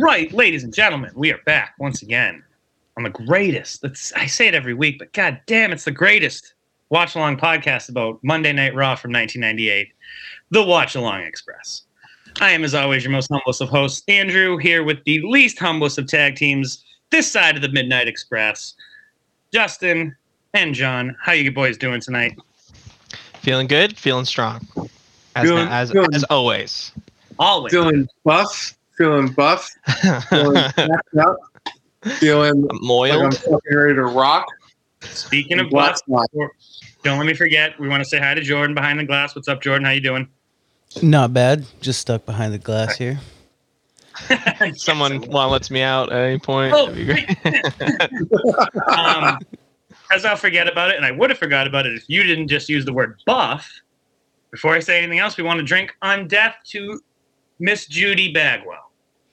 right, ladies and gentlemen, we are back once again on the greatest. That's I say it every week, but god damn, it's the greatest watch along podcast about Monday Night Raw from 1998, The Watch Along Express. I am, as always, your most humblest of hosts, Andrew, here with the least humblest of tag teams, this side of the Midnight Express, Justin and John. How you boys doing tonight? Feeling good, feeling strong, as Doing- na- as, doing- as always. Always. feeling buff, feeling buff, feeling I'm jacked up, feeling like I'm oiled. fucking ready to rock. Speaking of Black glass, line. don't let me forget. We want to say hi to Jordan behind the glass. What's up, Jordan? How you doing? Not bad. Just stuck behind the glass here. Someone well, lets me out at any point. Oh, that'd be great. um, as I'll forget about it, and I would have forgot about it if you didn't just use the word buff. Before I say anything else, we want to drink on death to Miss Judy Bagwell.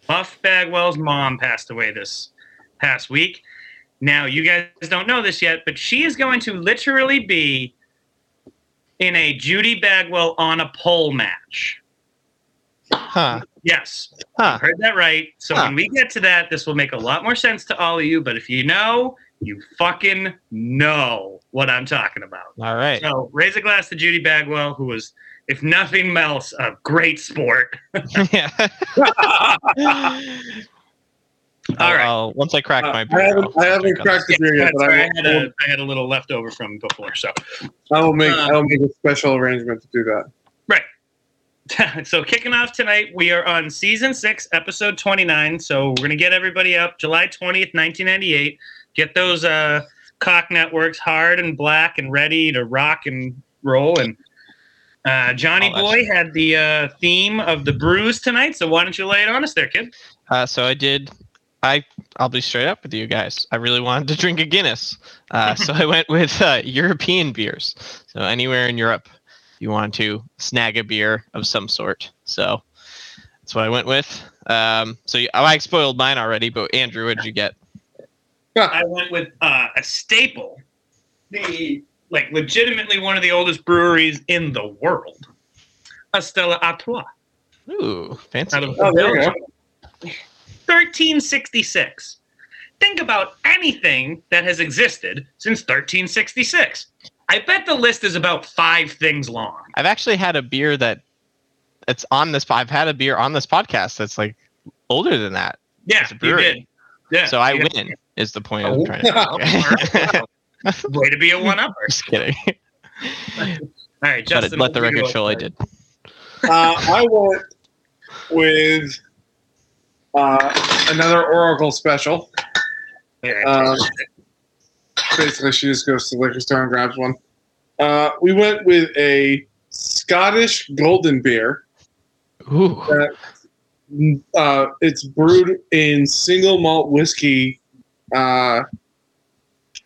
Buff Bagwell's mom passed away this past week. Now, you guys don't know this yet, but she is going to literally be in a Judy Bagwell on a pole match. Huh? Yes, Huh? Heard that right. So Huh. when we get to that, this will make a lot more sense to all of you. But if you know, you fucking know what I'm talking about. All right. So raise a glass to Judy Bagwell, who was, if nothing else, a great sport. yeah. All right. I'll- once Uh, I crack my Uh, beer, I haven't, I'll- I I'll haven't drink on cracked the Yeah, beer yet, that's but where I I had, will, a, I had a little left over from before. So I will make uh, I will make a special arrangement to do that. so kicking off tonight, we are on season six, episode 29. So we're gonna get everybody up July 20th, 1998. Get those uh, cock networks hard and black and ready to rock and roll. And uh, Johnny Oh, Boy had the uh, theme of the brews tonight. So why don't you lay it on us there, kid? Uh, so I did. I I'll be straight up with you guys. I really wanted to drink a Guinness, uh, so I went with uh, European beers. So anywhere in Europe, you want to snag a beer of some sort. So that's what I went with. Um, so you, oh, I spoiled mine already, but Andrew, what did you get? I went with uh, a staple, the like legitimately one of the oldest breweries in the world, Estella Artois. Ooh, fancy. out of Oh, there we go. 1366. Think about anything that has existed since 1366. I bet the list is about five things long. I've actually had a beer that it's on this. I've had a beer on this podcast that's like older than that. Yeah, It's a you brewery. did. Yeah. so I you win is the point Oh, I'm trying to make. got- Way to be a one upper. Just kidding. All right, Let it- Justin. let the what do you record go show I for? did. Uh, I went with uh, another Oracle special. All right. Um, basically, she just goes to the liquor store and grabs one. Uh, we went with a Scottish golden beer. Ooh. uh, it's brewed in single malt whiskey uh,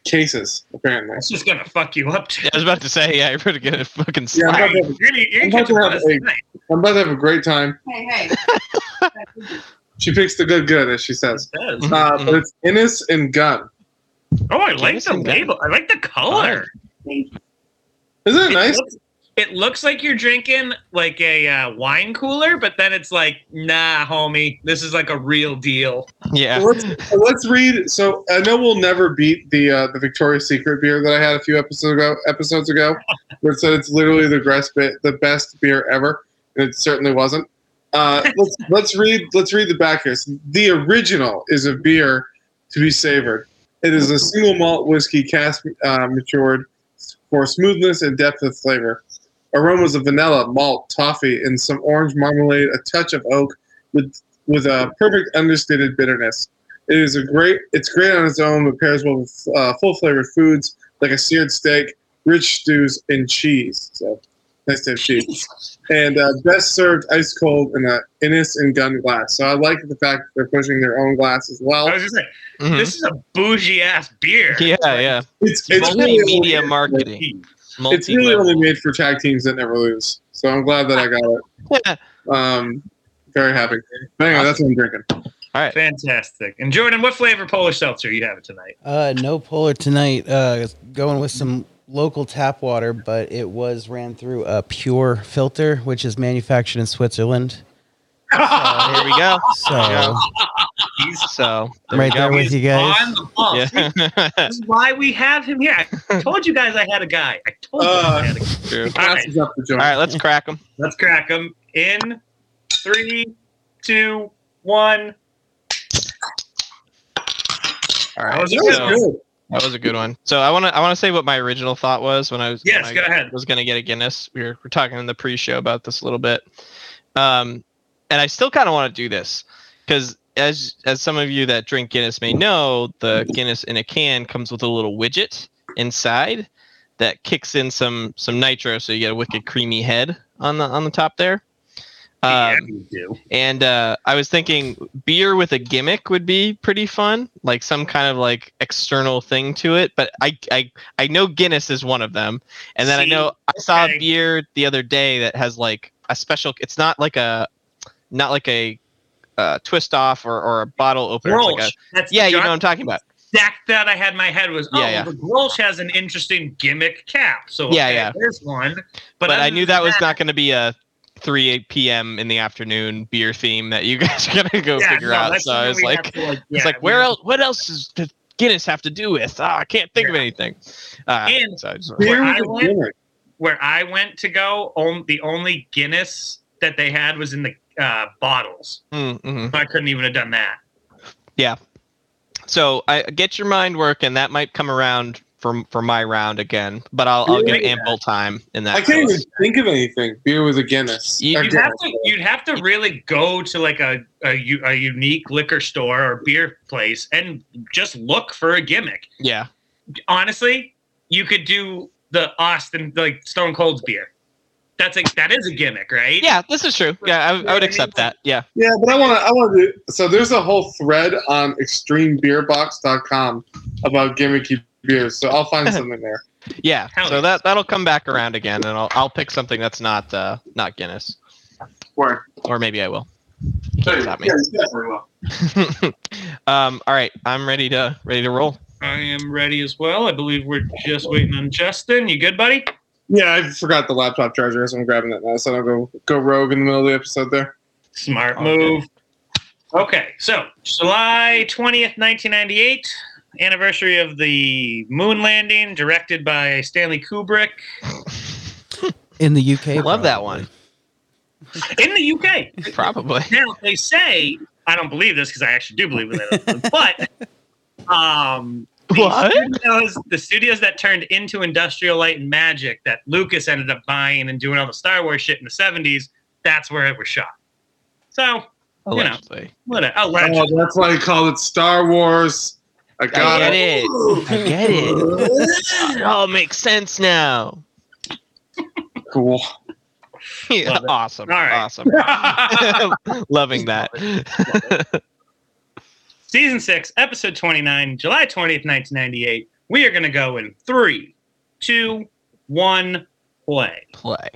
cases, apparently. That's just gonna fuck you up. Too. Yeah, I was about to say, yeah, you're gonna get a fucking Yeah, I'm slap. about, to have, You're gonna, you're I'm gonna about catch a to have buzz a- tonight. I'm about to have a great time. Hey, hey. She picks the good good, as she says. It says. Uh, but it's Innis and Gun. Oh, I like the Listen, guys. label. I like the color. Isn't it It nice? looks- It looks like you're drinking like a uh, wine cooler, but then it's like, nah, homie, this is like a real deal. Yeah. Let's, let's read. So I know we'll never beat the uh, the Victoria's Secret beer that I had a few episodes ago. Episodes ago, where it said it's literally the best bit, the best beer ever, and it certainly wasn't. Uh, let's let's read let's read the back here. So the original is a beer to be savored. It is a single malt whiskey cast uh, matured for smoothness and depth of flavor. Aromas of vanilla, malt, toffee, and some orange marmalade, a touch of oak, with with a perfect understated bitterness. It is a great. It's great on its own, but pairs well with uh, full flavored foods like a seared steak, rich stews, and cheese. So nice to have cheese. And uh, best served ice cold in a Innis and Gun glass. So I like the fact that they're pushing their own glass as well. I was just like, Mhm. this is a bougie ass beer. Yeah, yeah. It's it's really only- Multimedia marketing. It's really Multimedia. only made for tag teams that never lose. So I'm glad that I got it. Yeah. Um, very happy. But anyway, that's what I'm drinking. All right. Fantastic. And Jordan, what flavor Polish seltzer you having tonight? Uh, no polar tonight. Uh, going with some local tap water, but it was ran through a pure filter, Uh, which is manufactured in Switzerland. So here we go. So So I'm right there we with you guys. Uh, On the ball. go. Yeah. This is why we have him here. I told you guys I had a guy. I told you Uh, guys I had a guy. True. All right, Passes up the All joint. right, let's crack them. let's crack him in three, two, one. All That right. was That so- oh was good. That was a good one. So I want to I want to say what my original thought was when I was Yes, when go I ahead. was going to get a Guinness. We were, we're talking in the pre-show about this a little bit, um, and I still kind of want to do this because as as some of you that drink Guinness may know, the Guinness in a can comes with a little widget inside that kicks in some some nitro, so you get a wicked creamy head on the on the top there. yeah, Um, you do. and uh, I was thinking beer with a gimmick would be pretty fun, like some kind of like external thing to it. But I I, I know Guinness is one of them, and then I See, know I saw okay. a beer the other day that has like a special. It's not like a not like a uh, twist off or, or a bottle opener. It's like Grolsch. a- That's yeah, you know what the I'm talking about. exact that I had in my head was oh, Yeah, yeah. the Grolsch has an interesting gimmick cap. So Yeah, okay, yeah. there's one. But, But, I other knew than that was not going to be a 3 8 p.m. in the afternoon beer theme that you guys are gonna go yeah, figure no, out. that's So something I was we have like, to, like It's yeah, like we where have- else? What else does the Guinness have to do with? Ah, I can't think of anything. Uh, And so I just- Where Beer I with a went- gimmick. where I went to go, on, the only Guinness that they had was in the uh, bottles. Mm, mhm. I couldn't even have done that. So I get your mind working. That might come around for for my round again, but I'll, I'll give Yeah. ample time in that. I can't even case. think of anything. Beer with a Guinness. You- Or You'd Yeah. have to you'd have to really go to like a, a u- a unique liquor store or beer place and just look for a gimmick. Yeah, Honestly, you could do the Austin like Stone Cold's beer. That's like that is a gimmick, right? yeah, this is true. Yeah, I, I would accept that. Yeah, Yeah, but I want to. I want to. So there's a whole thread on extremebeerbox.com about gimmicky beers. So I'll find something there. yeah. Hell yeah. So that that'll come back around again, and I'll I'll pick something that's not uh, not Guinness, Word. or maybe I will. You can't stop me. Yeah, you definitely will. um, all right, I'm ready to ready to roll. I am ready as well. I believe we're just waiting on Justin. You good, buddy? Yeah, I forgot the laptop charger, so I'm grabbing that now. So I don't go go rogue in the middle of the episode there. Smart Okay. move. Okay, so July 20th, 1998, anniversary of the moon landing, directed by Stanley Kubrick In the UK. I love that probably. one. in the UK. Probably. Now they say I don't believe this because I actually do believe it, but um, the What? Studios, the studios that turned into Industrial Light and Magic that Lucas ended up buying and doing all the Star Wars shit in the seventies. That's where it was shot. So know. Allegedly. what a alleged. Oh, that's why he called it Star Wars. I I got get it. it. I get it. It all makes sense now. Cool. Yeah, Love it. awesome. All right. Awesome. Loving that. Season six, episode twenty nine, July twentieth, nineteen ninety eight. We are gonna go in three, two, one, play. Play.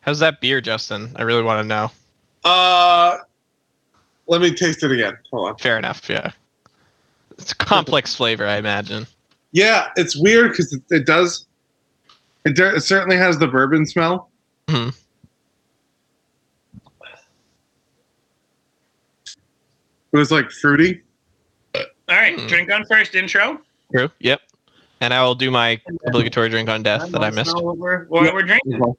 How's that beer, Justin? I really want to know. Uh, let me taste it again. Hold on. Fair enough. Yeah. It's a complex flavor, I imagine. Yeah, it's weird because it, it does. It, de- it certainly has the bourbon smell. Mhm. But it's like fruity. All right, Hmm. drink on first intro. True. Yep. And I will do my obligatory drink on death that I don't missed. know What we're, what Yeah. we're drinking.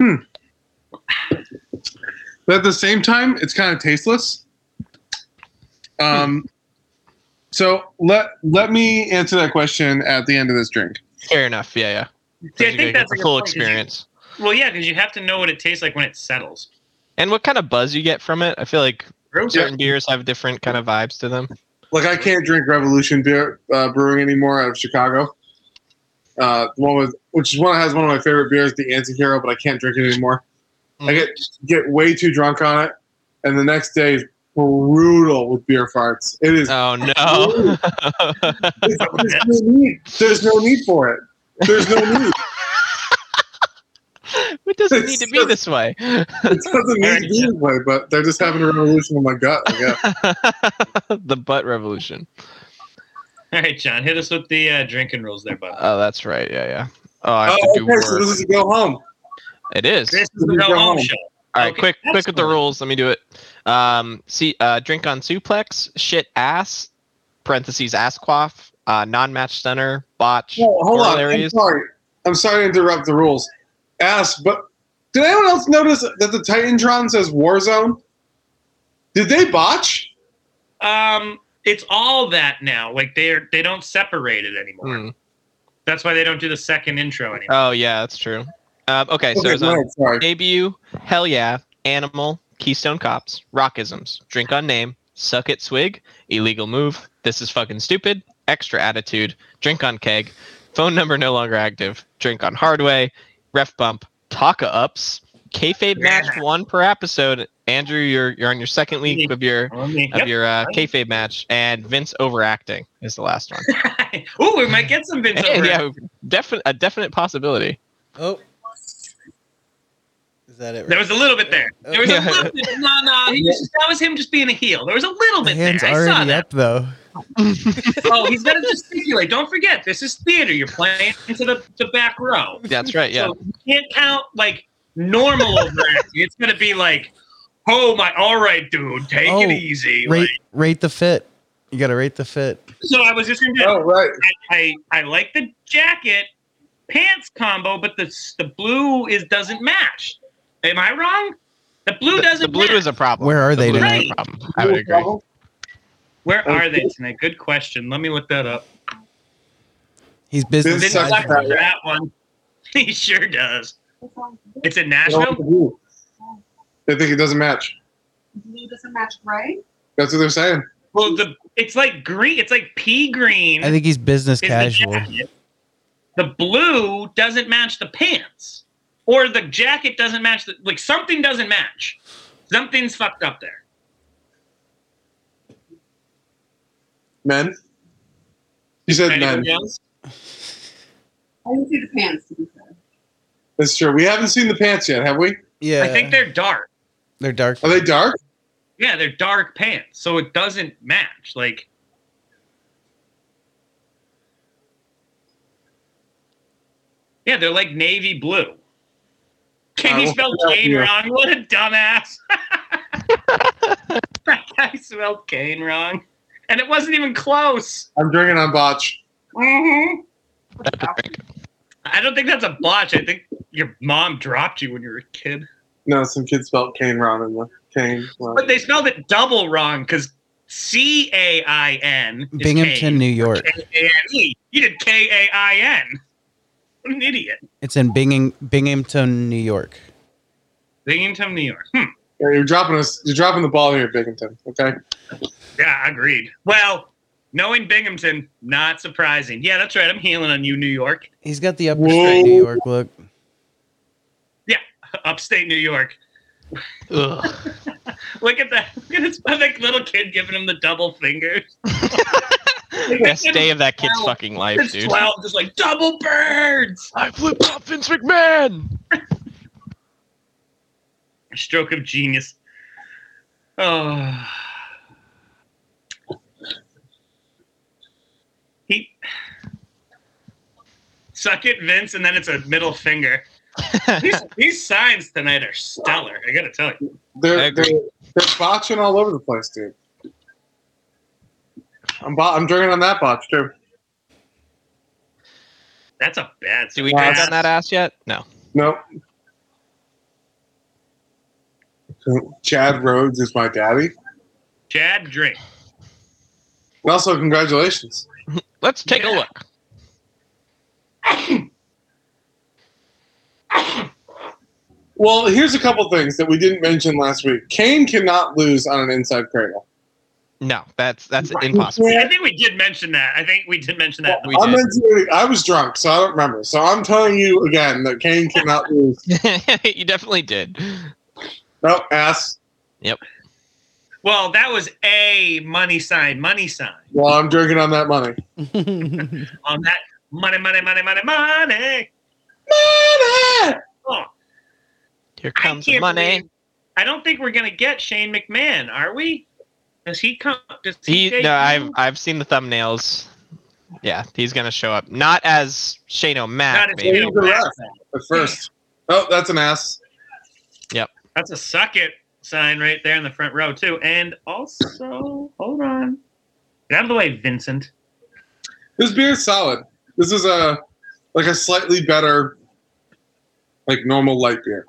Hmm. But at the same time, it's kind of tasteless. Um, so let let me answer that question at the end of this drink. Fair enough. Yeah, yeah. See, So I think you get that's the like a full point, is you- experience. Well, yeah, because you have to know what it tastes like when it settles. And what kind of buzz you get from it? I feel like Yeah. certain beers have different kind of vibes to them. Like I can't drink Revolution Beer uh, Brewing anymore out of Chicago. Uh, the one with which is one that has one of my favorite beers, the Antihero, but I can't drink it anymore. I get get way too drunk on it, and the next day is brutal with beer farts. It is. Oh no. it's- there's, no need, there's no need for it. There's no need. it doesn't need to be It's this way. It doesn't need to be this way, but they're just having a revolution in my gut. I guess. the butt revolution. All right, John, hit us with the uh, drinking rules there, bud. Oh, that's right. Yeah, yeah. Oh, I have Oh, to do okay, so work. this is a go home. it is. This is the Go Go Home Home. Show. All right, Okay, quick, that's quick with the cool. rules. Let me do it. Um, see, uh, drink on suplex, shit ass, parentheses ass quaff, uh, non-match center, botch. Well, hold on. I'm corollaries. sorry. I'm sorry to interrupt the rules. Ask, but did anyone else notice that the Titantron says Warzone? Did they botch? Um, it's all that now. Like they're they don't separate it anymore. Hmm. That's why they don't do the second intro anymore. Oh yeah, that's true. Um, okay, so Okay, it's go on ahead, sorry. debut, hell yeah, animal, Keystone Cops, Rockisms, Drink on Name, Suck It Swig, Illegal Move, This is Fucking Stupid, Extra Attitude, Drink on Keg, Phone Number No Longer Active, Drink on Hardway, Ref Bump, Taka Ups, Kayfabe Match one per episode. Andrew, you're you're on your second week of your Let me- of Yep. your uh, kayfabe match, and Vince overacting is the last one. Ooh, we might get some Vince over. yeah, definite a definite possibility. Oh. Is that it? Oh, There was a little bit there. There was Yeah. a little bit. No, no, he just, that was him just being a heel. There was a little My bit there. hand's I saw already that. up, though. Oh, he's got to gesticulate. Don't forget, this is theater. You're playing into the, the back row. That's right. Yeah. So you can't count like normal overacting. It's gonna be like, oh my, all right, dude, take Oh, it easy. Rate, Like, rate the fit. You got to rate the fit. so I was just gonna. Do, Oh, right. I, I I like the jacket pants combo, but the s- the blue is doesn't match. Am I wrong? The blue The, doesn't. the blue match. is a problem. Where are The they blue is a tonight? problem. I would agree. Where are they tonight? Good question. Let me look that up. He's business. Vince Vince side. sucks Sucks. for that one. He sure does. It's in They don't want Nashville. the blue. They think it doesn't match. Blue doesn't match gray. That's what they're saying. Well, the it's like green. It's like pea green. I think he's business is casual. The, jacket. the blue doesn't match the pants, or the jacket doesn't match the like something doesn't match. Something's fucked up there. Men? You said men. Anybody else? I didn't see the pants to be fair. That's true. We haven't seen the pants yet, have we? Yeah. I think they're Oh, dark. they're dark. Are they dark? Yeah, they're dark pants, so it doesn't match. Like Yeah, they're like navy blue. Can I you will spell find out Kane here. wrong? What a dumbass. that guy spelled Kane wrong. And it wasn't even close. I'm drinking on botch. Mm-hmm. I don't think that's a botch. I think your mom dropped you when you were a kid. No, some kids spelled Kane Ron in the Kane. Ron. But they spelled it double wrong because C A I N is Binghamton, Kane. New York. K-A-N-E. You E. did K A I N. What an idiot. It's in Binging, Binghamton, New York. Binghamton, New York. Hmm. Yeah, you're dropping us. You're dropping the ball here, Binghamton. Okay. Yeah, agreed. Well, knowing Binghamton, not surprising. Yeah, that's right. I'm healing on you, New York. He's got the upper Whoa. straight New York look. Upstate New York. Ugh. Look at that. Look at this like, little kid giving him the double fingers. Best day of that kid's Wow. fucking life, It's dude. 12, just like double birds. I flipped off Vince McMahon. Stroke of genius. Oh. He suck it, Vince, and then it's a middle finger. These, these signs tonight are stellar. I gotta tell you. I They're agree. they're, they're botching all over the place, dude. I'm bo- I'm drinking on that botch too. That's a bad Do we sign. drink on that ass yet? No. Nope. Chad Rhodes is my daddy. Chad drink. And also, congratulations. Let's take Yeah. a look. Well, here's a couple things that we didn't mention last week. Kane cannot lose on an inside cradle. No, that's that's impossible. I think we did mention that. I think we did mention that. We I'm did. into, I was drunk, so I don't remember. So I'm telling you again that Kane cannot lose. you definitely did. No ass. Well, that was a money sign, money sign Well, I'm drinking on that money. on that money, money, money, money, money. Oh, Here I comes the can't money. believe- I don't think we're gonna get Shane McMahon, are we? Does he come? Does he? He, take- no, I've I've seen the thumbnails. Yeah, he's gonna show up. Not as Shane Not O'Mac, as maybe. Shane O'Mac. At first. Oh, that's an ass. That's a suck it sign right there in the front row too. And also, hold on, get out of the way, Vincent. This beer is solid. This is a like a slightly better, like normal light beer.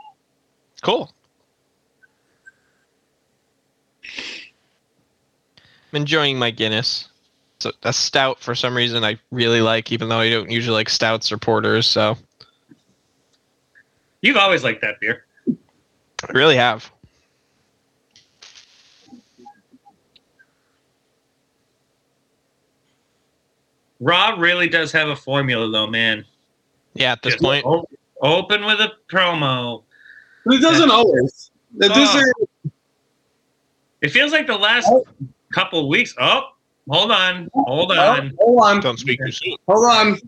Cool. I'm enjoying my Guinness. It's a, a stout for some reason I really like, even though I don't usually like stouts or porters. So You've always liked that beer. I really have. Rob really does have a formula though, man. Yeah, at this Just point, o- open with a promo. But it doesn't always. It doesn't- It feels like the last couple weeks. Oh, hold on, hold oh, on. hold on, don't speak too soon. hold on.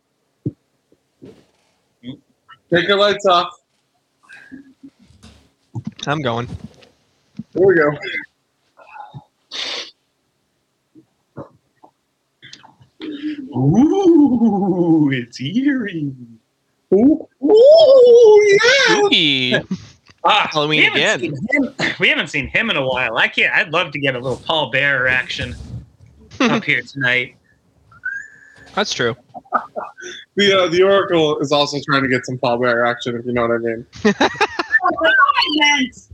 Take your lights off. I'm going. There we go. Ooh, it's eerie. Ooh, ooh, yeah. Ooh. Ah, Halloween we haven't again. seen him- we haven't seen him in a while. I can't. I'd love to get a little Paul Bearer action up here tonight. That's true. The uh, the Oracle is also trying to get some Paul Bear action, if you know what I mean. Silence!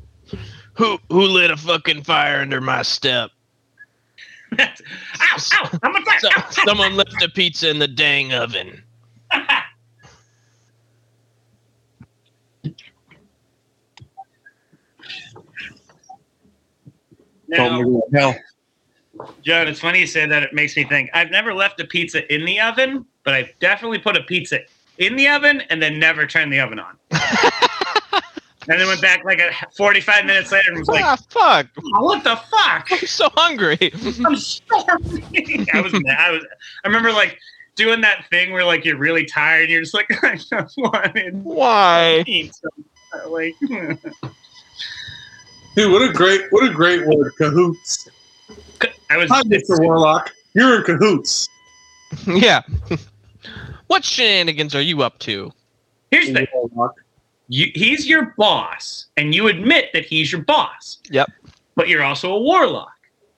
Who who lit a fucking fire under my step? ow, ow, I'm a fire. ow, ow. someone left a pizza in the dang oven. Now, Oh, hell. John, it's funny you say that. It makes me think. I've never left a pizza in the oven, but I've definitely put a pizza in the oven and then never turned the oven on. and then went back like a 45 minutes later and was like, ah, fuck! "Oh, "What the fuck? I'm so hungry. I'm starving." I was, mad. I was, I remember like doing that thing where like you're really tired and you're just like, "I just wanted Why? pizza." Like, Dude, what a great what a great word, cahoots. I was. Hi, Mr. Warlock. You're in cahoots. Yeah. what shenanigans are you up to? Here's the thing. Warlock. you, he's your boss and you admit that he's your boss. Yep. But you're also a warlock.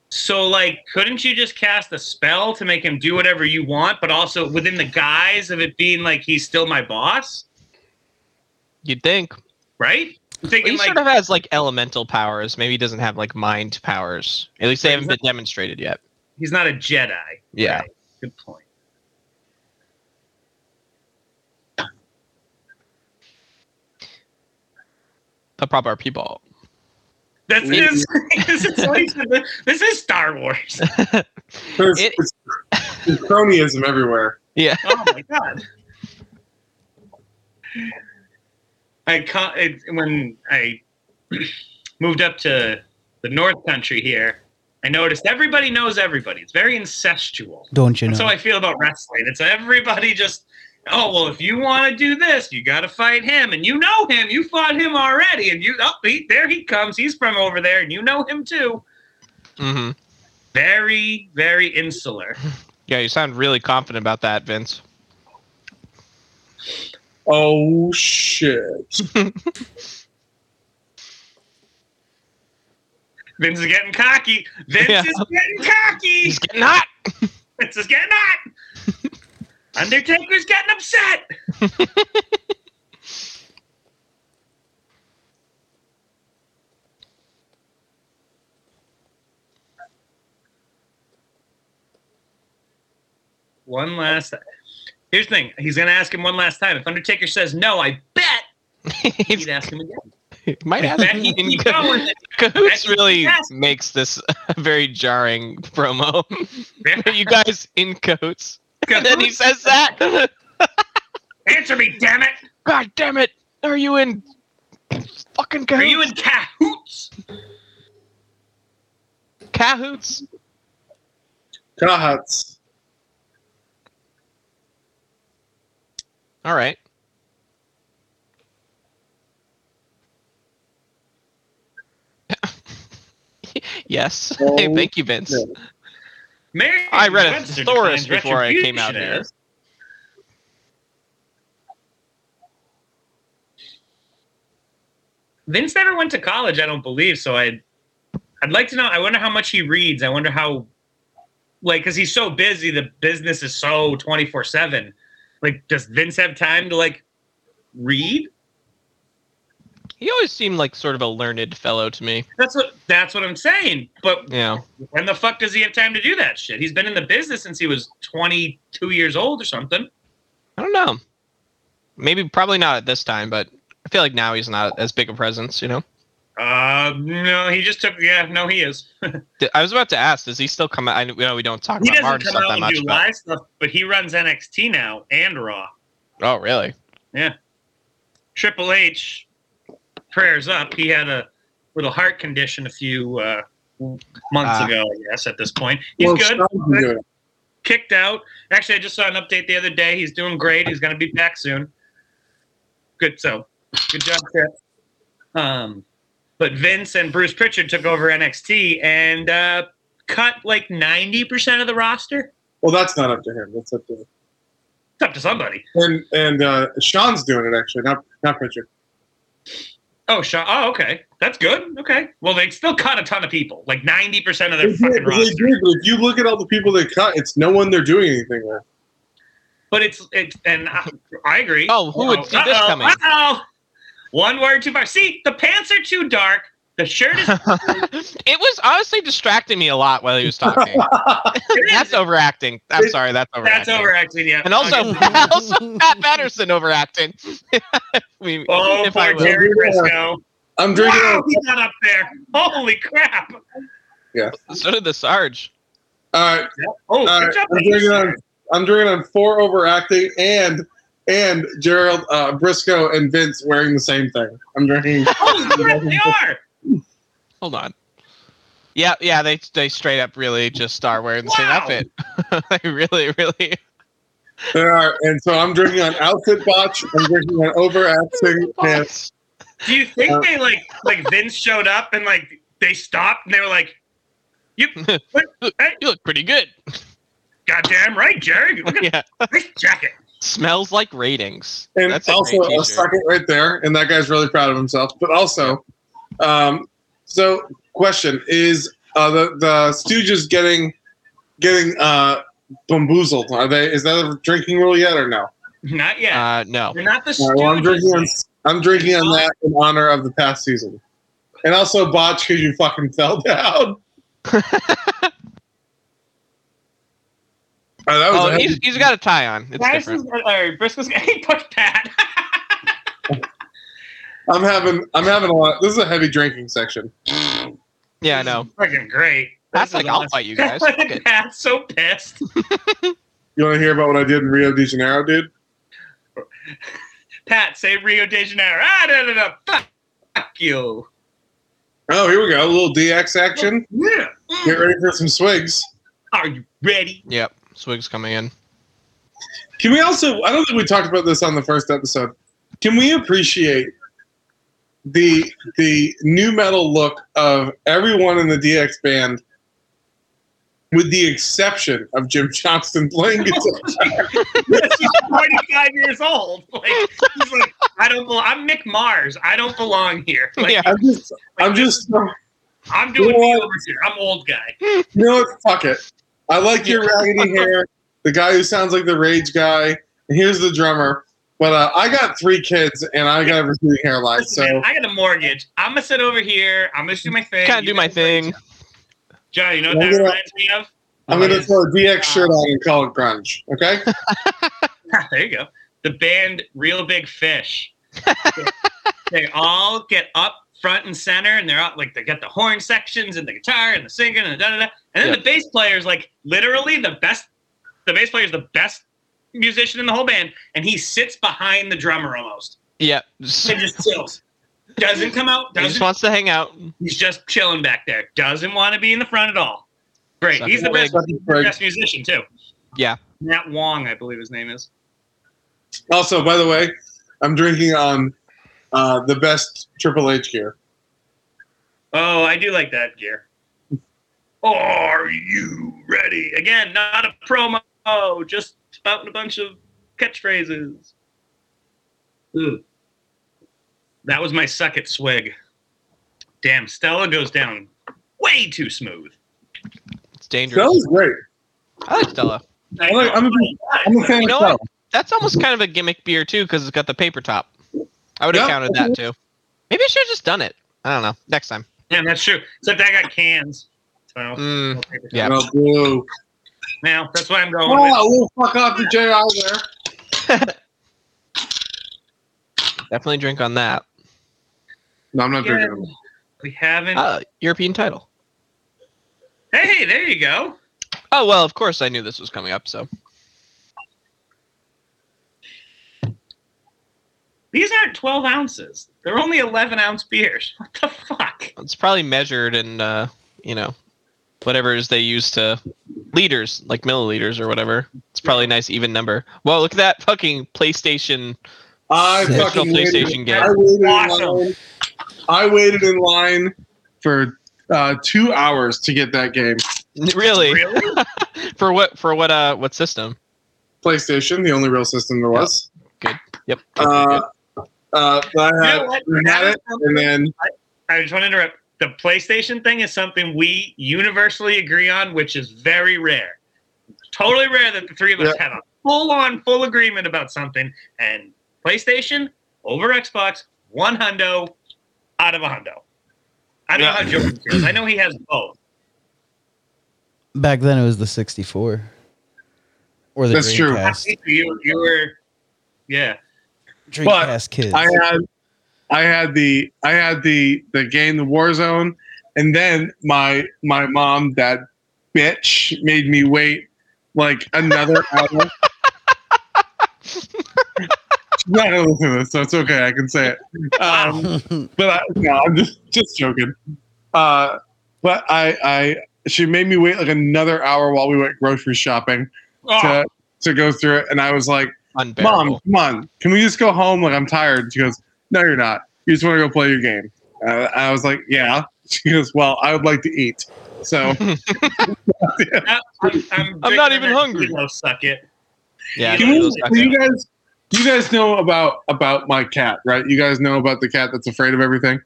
So like couldn't you just cast a spell to make him do whatever you want but also within the guise of it being like he's still my boss, You'd think. right? I'm thinking he like sort of has like elemental powers. Maybe he doesn't have like mind powers. At least they Right, haven't been demonstrated yet. he's not a Jedi. Yeah. Right. Good point. A proper people. That's Maybe. this, this, is like, this is Star Wars. There's, It- it's, there's cronyism everywhere. Yeah. Oh my god. I con- it, when I moved up to the North Country here, I noticed everybody knows everybody. It's very incestual. Don't you That's how know? I feel about wrestling. It's everybody just, oh well, if you want to do this, you got to fight him, and you know him. You fought him already, and you oh he, there he comes. He's from over there, and you know him too. Mm-hmm. Very very insular. Yeah, you sound really confident about that, Vince. Oh shit. Vince is getting cocky. Vince Yeah. is getting cocky. He's getting hot. Vince is getting hot. Undertaker's getting upset. one last. Here's the thing. He's gonna ask him one last time. If Undertaker says no, I bet he'd He's- ask him again. he might I have bet he'd keep going. Cahoots That- really yes. makes this a very jarring promo. Are you guys in coats? And then he says that. Answer me, damn it. God damn it! Are you in fucking cahoots? Are you in cahoots? cahoots? Cahoots. All right. yes. Hey, Oh, thank you, Vince. yeah. Mary I read a Webster thesaurus defines before I came out retribution here. as- Vince never went to college, I don't believe. So I'd, I'd like to know. I wonder how much he reads. I wonder how, like, because he's so busy, the business is so twenty four seven. Like, does Vince have time to like read? He always seemed like sort of a learned fellow to me. That's what that's what I'm saying. But Yeah. when the fuck does he have time to do that shit? He's been in the business since he was twenty two years old or something. I don't know. Maybe probably not at this time, but I feel like now he's not as big a presence, you know. Uh, no, he just took. Yeah, no, he is. D- I was about to ask, does he still come out? I know we don't talk He about doesn't Martin come stuff out that and much, do but live stuff, but he runs NXT now and Raw. oh really? Triple H, prayers up. He had a little heart condition a few uh, months Ah. ago, I guess. At this point, he's good. Sean's been doing it. Kicked out. Actually, I just saw an update the other day. He's doing great. He's going to be back soon. Good. So, good job, Chip. Um, but Vince and Bruce Pritchard took over NXT and uh, cut like ninety percent of the roster. Well, that's not up to him. That's up to him. It's up to somebody. And and uh, Sean's doing it actually, not not Pritchard. Oh, Sean. Oh, okay. That's good. Okay. Well, they still cut a ton of people, like 90% of They their did, fucking they roster. did, but if you look at all the people they cut, it's no one they're doing anything with. But it's, it's and I, I agree. Oh, who would see this Uh-oh, coming? Uh-oh. One word too far. See, the pants are too dark. The shirt is. it was honestly distracting me a lot while he was talking. that's overacting. I'm It- sorry, that's overacting. That's overacting, yeah. And also, also Pat Patterson overacting. I mean, Oh, if I poor will. Jerry Briscoe. I'm drinking. Wow, he got up there. Holy crap. so did the Sarge. All right, Oh, all good right. job. I'm drinking on. I'm drinking on four overacting and and Gerald uh, Briscoe and Vince wearing the same thing. I'm drinking. Holy crap, they are. Hold on. Yeah, yeah, they they straight up really just are wearing the Wow. same outfit. they really, really. They are, and so I'm drinking on outfit botch. I'm drinking on overacting, and Do you think Uh, they like like Vince showed up and like they stopped and they were like, "You, what? Hey, You look pretty good. goddamn right, Jerry. Look at Yeah, this jacket." smells like ratings. and That's a also great a, t-shirt. second right there. And that guy's really proud of himself. But also, um, so question is uh, the the Stooges getting getting uh, bamboozled? Are they? Is that a drinking rule yet or no? Not yet. Uh, no. They're not the All right, well, I'm drinking on Stooges. I'm drinking on that in honor of the past season, and also botch because you fucking fell down. Uh, Oh, that was Oh, a heavy- he's, he's got a tie on. It's Patterson's different. or uh, Briscoe's. He pushed Pat. I'm having I'm having a lot. This is a heavy drinking section. Yeah, I know. Fucking great. That's This like is I'll awesome. fight you guys. Fuck it. Pat's so pissed. You want to hear about what I did in Rio de Janeiro, dude? Pat, say Rio de Janeiro. Ah, da, da, da. Fuck, fuck you. Oh, here we go. A little DX action. Yeah. Get ready for some swigs. Are you ready? Yep. Swig's coming in. Can we also? I don't think we talked about this on the first episode. Can we appreciate the the new metal look of everyone in the DX band, with the exception of Jim Johnston playing guitar? She's 25 years old. Like, he's like, I don't belong. I'm Mick Mars. I don't belong here. Like, Yeah. I'm just, I'm just, you I'm doing You know me what? over here. I'm old guy. know what? Fuck it. I like your raggedy hair. The guy who sounds like the Rage guy. And here's the drummer. But uh, I got three kids and I got a receding hairline, Listen, man, so. I got a mortgage. I'm gonna sit over here. I'm gonna do my thing. Kind of You do my guys play thing. John, you know what Well, that you know- reminds me of? I'm gonna throw a DX shirt on and call it grunge. Okay. there you go. The band Real Big Fish. they, they all get up front and center, and they're out like they got the horn sections and the guitar and the singing and da da da. And then Yeah. the bass player is like literally the best. The bass player is the best musician in the whole band, and he sits behind the drummer almost Yep. and just chills. Doesn't come out. He Doesn't just wants to hang out. He's just chilling back there. Doesn't want to be in the front at all. Great. Suck He's the it. best, Break. best musician too. Yeah. Matt Wong, I believe his name is. Also, by the way, I'm drinking on uh, the best Triple H gear. Oh, I do like that gear. Are you ready? Again, not a promo, just spouting a bunch of catchphrases. Ugh. That was my second swig. Damn, Stella goes down way too smooth. It's dangerous. Stella's great. I like Stella. I like- I'm a big- I'm a fan You know of Stella. That's almost kind of a gimmick beer too, because it's got the paper top. I would have Yeah. counted that too. Maybe I should have just done it. I don't know. Next time. Damn, that's true. Except I got cans. So Mm, no paper yeah. towels. Oh, boo. Now that's why I'm going. with- Oh, we'll fuck off the JI there. definitely drink on that. No, I'm not Yeah. drinking them. we haven't. Uh, European title. hey, there you go. Oh well, of course I knew this was coming up. So These aren't 12 ounces. They're only 11 ounce beers. What the fuck? it's probably measured in, uh, you know, whatever it is they use to liters, like milliliters or whatever. It's probably a nice even number. Well, look at that fucking PlayStation, I Sick. fucking original waited. PlayStation I game. waited, Awesome. in line. I waited in line for uh, two hours to get that game. Really? Really? For what? For what? Uh, what system? PlayStation, the only real system there was. Yep. Uh, uh, but I You had, know what? we had it, and then I just want to interrupt. The PlayStation thing is something we universally agree on, which is very rare. Totally rare that the three of us have a full on, full agreement about something. And PlayStation over Xbox, one hundo out of a hundo. I don't know how Jordan feels. I know he has both. Back then it was the 64. Or the That's true. Dreamcast. You, you were, yeah. True. But Dreamcast kids. I had I had the I had the the game the Warzone, and then my my mom that bitch made me wait like another hour. She's not gonna listen to this, so it's okay. I can say it. Um, but I, no, I'm just just joking. Uh, but I I she made me wait like another hour while we went grocery shopping Oh, to to go through it, and I was like. Unbearable. Mom, come on. Can we just go home? Like, I'm tired. She goes, No, you're not. You just want to go play your game. Uh, I was like, Yeah. She goes, Well, I would like to eat. So, I'm, I'm not even hungry. No, suck it. Yeah. can we, those suck do you now. guys, do you guys know about about my cat, right? You guys know about the cat that's afraid of everything.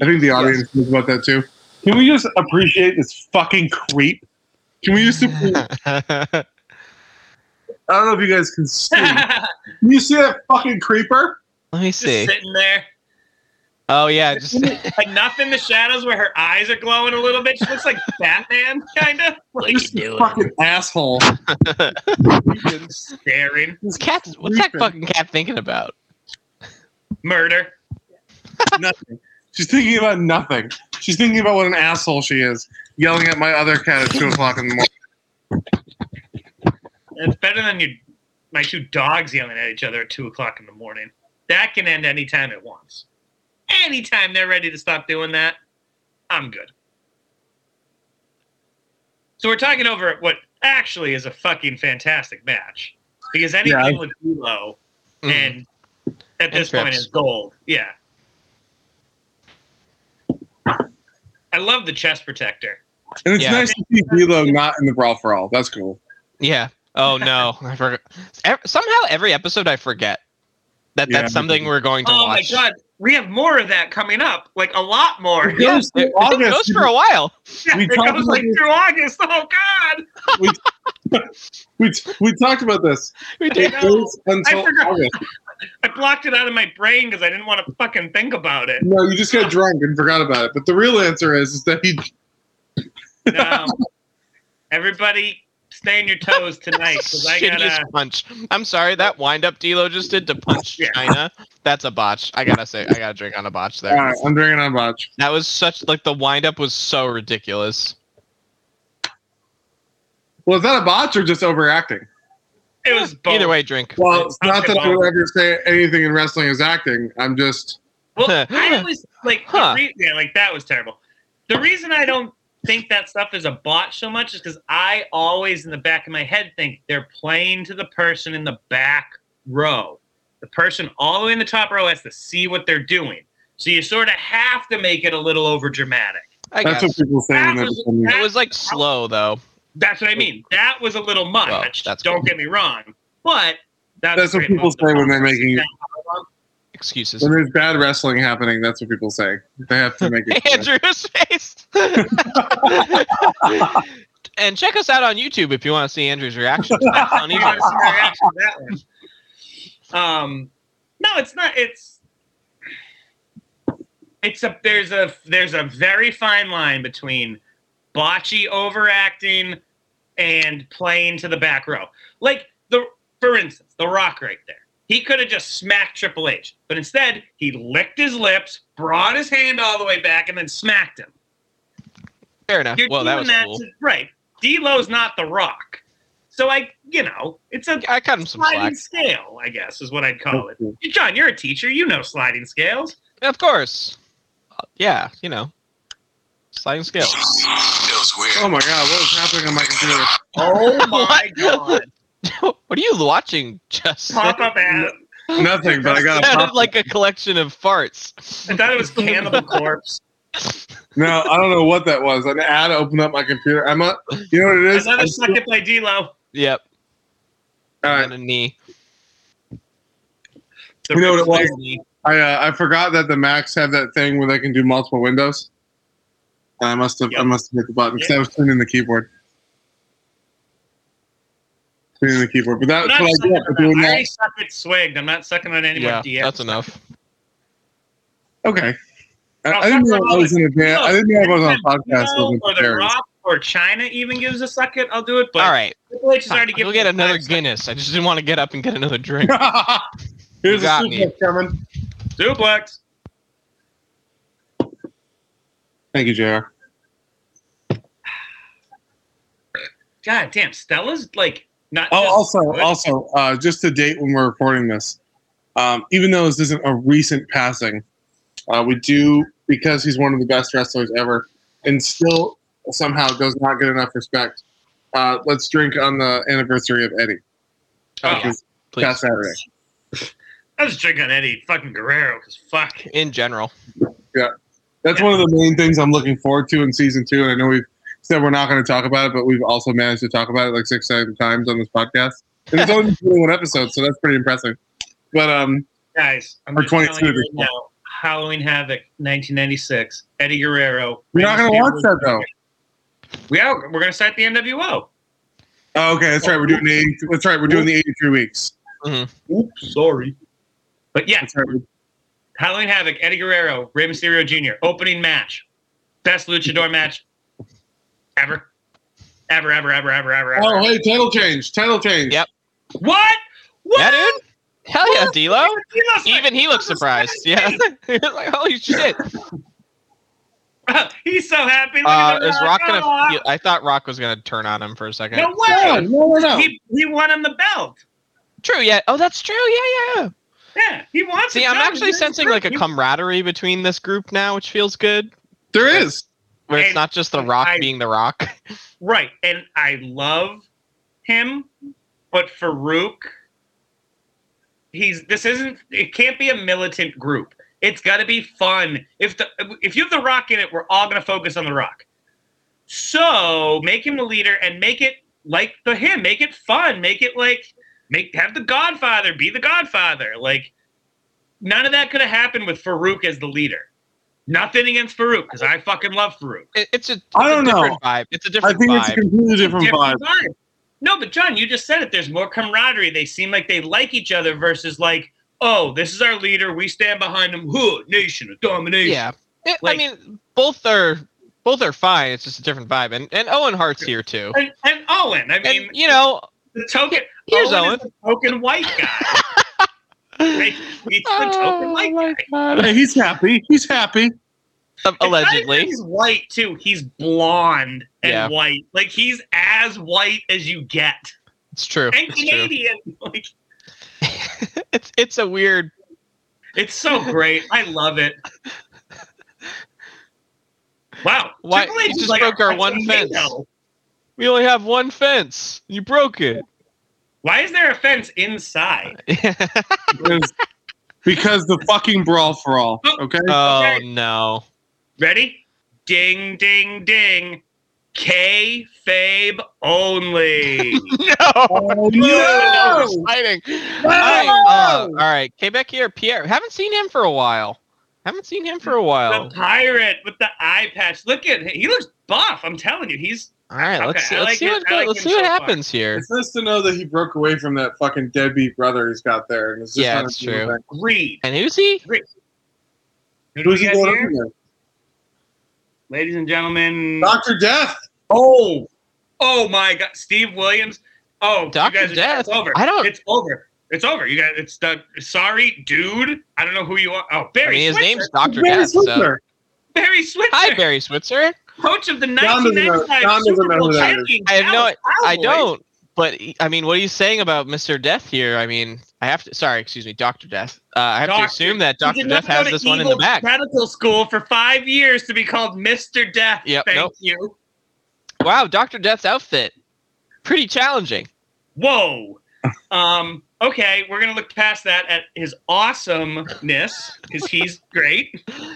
I think the audience knows about that too. Can we just appreciate this fucking creep? Can we just? appre- I don't know if you guys can see. Can Just you see that fucking creeper? Let me see. sitting there. Oh yeah, just enough in the shadows where her eyes are glowing a little bit. She looks like Batman, kind of. Like This fucking asshole. staring. this cat's what's that creeping. fucking cat thinking about? Murder. nothing. She's thinking about nothing. She's thinking about what an asshole she is, yelling at my other cat at two o'clock in the morning. It's better than you, my two dogs yelling at each other at 2 o'clock in the morning. That can end anytime it wants. Anytime they're ready to stop doing that, I'm good. So we're talking over what actually is a fucking fantastic match. Because anything with D'Lo Mm. and at this And point trips. is gold. Yeah. I love the chest protector. And it's Yeah. nice to see D'Lo not in the brawl for all. That's cool. Yeah. Oh no, I forgot. Ev- Somehow every episode I forget that Yeah, me that's something we're going to Oh watch. my god, we have more of that coming up, like a lot more. It goes through It, it goes August. for a while. Yeah, We it talked goes like about- through August. Oh god, We, t- we talked about this. We I did. It know. goes until I forgot. August. I blocked it out of my brain because I didn't want to fucking think about it. No, you just got drunk and forgot about it. But the real answer is, is that he. No. Everybody, stay on your toes tonight That's the because I shittiest gotta. punch. I'm sorry that wind up D'Lo just did to punch Yeah. China. That's a botch. I gotta say, I gotta drink on a botch All there. right, I'm drinking on botch. That was such like the wind up was so ridiculous. Well, is that a botch or just overacting? It was both. Either way, drink. Well, it's not that I Well- would ever say anything in wrestling is acting. I'm just. Well, I always like the Huh. re- yeah, like that was terrible. The reason I don't think that stuff is a bot so much is because I always in the back of my head think they're playing to the person in the back row. The person all the way in the top row has to see what they're doing. So you sort of have to make it a little over dramatic. I That's guess what people say when That they're. was- performing. it was like slow though. That's what I mean. That was a little much. Well, don't that's cool. get me wrong. But that's, That's what people say when they're making- excuses. When there's bad wrestling happening, that's what people say. They have to make it. Andrew's face. and check us out on YouTube if you want to see Andrew's reaction. To that. on either. reaction to that one. Um, no, it's not. It's it's a there's a there's a very fine line between botchy overacting and playing to the back row. Like the for instance, The Rock right there. He could have just smacked Triple H, but instead he licked his lips, brought his hand all the way back, and then smacked him. Fair enough. You're well, that doing was that cool. to- right. D'Lo's not The Rock, so I you know it's a I cut him some slack. sliding scale, I guess, is what I'd call it. Cool. You- John, you're a teacher. You know sliding scales. Of course. Yeah, you know. Sliding scale. Feels weird. Oh my god, what is happening on my computer? Oh my God. what are you watching, Justin? Pop up ad. Nothing, but I got a sounded pop- like a collection of farts. I thought it was Cannibal Corpse. No, I don't know what that was. An ad opened up my computer. I'm not. You know what it is? I Another still- suck it by D'Lo. Yep. all right. And a knee. The You know what it was? Rick's- I uh, I forgot that the Macs have that thing where they can do multiple windows. I must have I Yep. must have hit the button because I was tuning the keyboard. Tuning the keyboard, but I'm that's not what I sucking get on for that. I doing already that. suck it swigged. I'm not sucking on any Yeah, more DX. that's enough. Okay. I, I'll I didn't suck know on I all was the- in a band. I didn't know I was on a podcast. D'Lo wasn't or The prepared. Rock or China even gives a suck it, I'll do it. But All right. Triple H has Fine. already given We'll get me another five seconds. Guinness. I just didn't want to get up and get another drink. Here's got a me. super coming. Suplex. Thank you, Jr. God damn, Stella's like not. Oh, just also, good. also, uh, just to date when we're recording this, um, even though this isn't a recent passing, uh, we do because he's one of the best wrestlers ever, and still somehow does not get enough respect. Uh, let's drink on the anniversary of Eddie. Oh, yeah, Because please. That's Saturday. I was drinking on Eddie fucking Guerrero because fuck. In general. That's one of the main things I'm looking forward to in season two. And I know we've said we're not going to talk about it, but we've also managed to talk about it like six, seven times on this podcast. And it's only been one episode, so that's pretty impressive. But um, Guys, I'm Or just telling 22 you to right now, Halloween Havoc 1996, Eddie Guerrero. we're not going to watch that though. We are. We're going to start the NWO. Oh, okay, that's right. We're doing the 80, that's right. We're doing the eighty-three weeks. Oops, sorry. But yeah, That's right. Halloween Havoc, Eddie Guerrero, Rey Mysterio Jr. Opening match, best luchador match ever, ever, ever, ever, ever, ever. ever. Oh, hey, title change, title change. Yep. What? What? Yeah, dude. Hell yeah, D'Lo. He looks like- Even he looks surprised. Yeah. like, holy shit. He's so happy. Look Uh, at the is Rock gonna? Oh, yeah, I thought Rock was gonna turn on him for a second. No No, way. no, no, no. He, he won him the belt. True. Yeah. Oh, that's true. Yeah, yeah. yeah. Yeah, he wants. See, it. I'm No, actually he's- sensing like a camaraderie between this group now, which feels good. There is. Where it's And not just the Rock I- being the Rock. Right, and I love him, but Farouk, he's this isn't. It can't be a militant group. It's got to be fun. If the if you have the Rock in it, we're all gonna focus on the Rock. So make him the leader and make it like the him. Make it fun. Make it like make have the Godfather be the Godfather. Like none of that could have happened with Farouk as the leader. Nothing against Farouk because I fucking love Farouk. It, it's a. It's I don't a know. different Vibe. It's a I different think vibe. it's a completely different vibe. different vibe. No, but John, you just said it. There's more camaraderie. They seem like they like each other versus like, oh, this is our leader. We stand behind him. Huh, nation of domination. yeah. It- Like- I mean, both are both are fine. It's just a different vibe. And and Owen Hart's here too. And, and Owen, I mean, And you know, the token. here's Owen, Owen. Is the token white guy. Like, he's Oh the token white guy. Hey, he's happy. He's happy. Um, It's not even allegedly. he's white too. He's blonde and Yeah. white. Like he's as white as you get. It's true. And It's true. Canadian. Like It's it's a weird. It's so great. I love it. Wow. Why- Triple H you is just like broke a our one tornado. fence. We only have one fence. You broke it. Why is there a fence inside? Because- because the fucking brawl for all. Uh, Okay. oh no. Ready? Ding, ding, ding. K Fabe only. No, Oh, no! no, exciting. All right, uh, all right, K back here, Pierre. Haven't seen him for a while. Haven't seen him for a the while. pirate with the eye patch. Look at him. He looks buff. I'm telling you, he's All right, Okay, let's I let's like see it. what I like let's him see what so far. happens here. It's nice to know that he broke away from that fucking deadbeat brother he's got there. And it's just Yeah, trying to that's do true. that. greed. And who's he? Who do we Who's he got going here? over there? Ladies and gentlemen. Doctor Death. Oh, oh my God, Steve Williams. Oh, Dr. you guys are- Death. It's over. I don't- It's over. It's over. You guys. It's done. Sorry, dude. I don't know who you are. Oh, I Barry. mean, his Switzer. name's Doctor Barry Death. So. Switzer. Barry Switzer. Hi, Barry Switzer. Coach of the John doesn't know- 1995 John doesn't Super know Bowl who that is. champion. I have no- Dallas I Cowboys. don't. But I mean, what are you saying about Mr. Death here? I mean, I have to. Sorry, excuse me, Doctor Death. Uh, I have to Doctor- assume that He Doctor did not Death go has to this one in the Eagles back. Medical school for five years to be called Mr. Death. Yep, Thank nope. you. Wow, Doctor Death's outfit, pretty challenging. Whoa. Um, okay, we're gonna look past that at his awesomeness because he's great.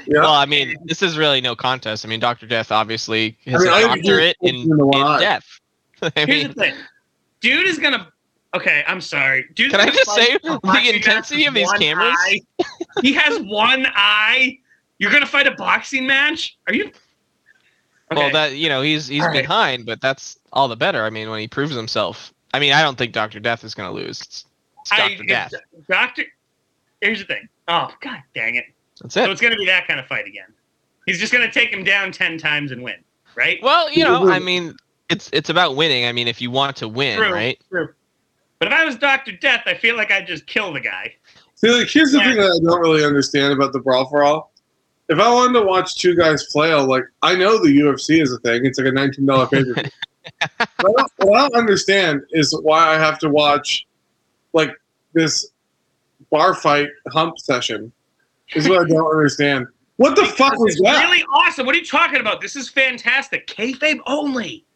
Yeah. Well, I mean, this is really no contest. I mean, Doctor Death obviously has mean, I a even do doctorate in, in the one in eye. death. I Here's mean, the thing, dude is gonna. Okay, I'm sorry. Dude, Can I just say the intensity of these cameras? he has one eye. You're gonna fight a boxing match? Are you? well, that you know, he's he's All right. behind, but that's all the better. I mean, when he proves himself. I mean, I don't think Doctor Death is going to lose. It's, it's I- Doctor Death. Doctor. Here's the thing. Oh god, dang it! That's So it. it's gonna be that kind of fight again. He's just gonna take him down ten times and win, right? Well, you know, I mean, it's it's about winning. I mean, if you want to win, True. right? But if I was Doctor Death, I feel like I'd just kill the guy. See, like, here's the Yeah. thing that I don't really understand about the brawl for all. If I wanted to watch two guys flail, like I know the UFC is a thing. It's like a nineteen dollar pay per view. what I don't understand is why I have to watch like this bar fight hump session. Is what I don't understand. What the fuck was It's that? really awesome. What are you talking about? This is fantastic. Kayfabe only.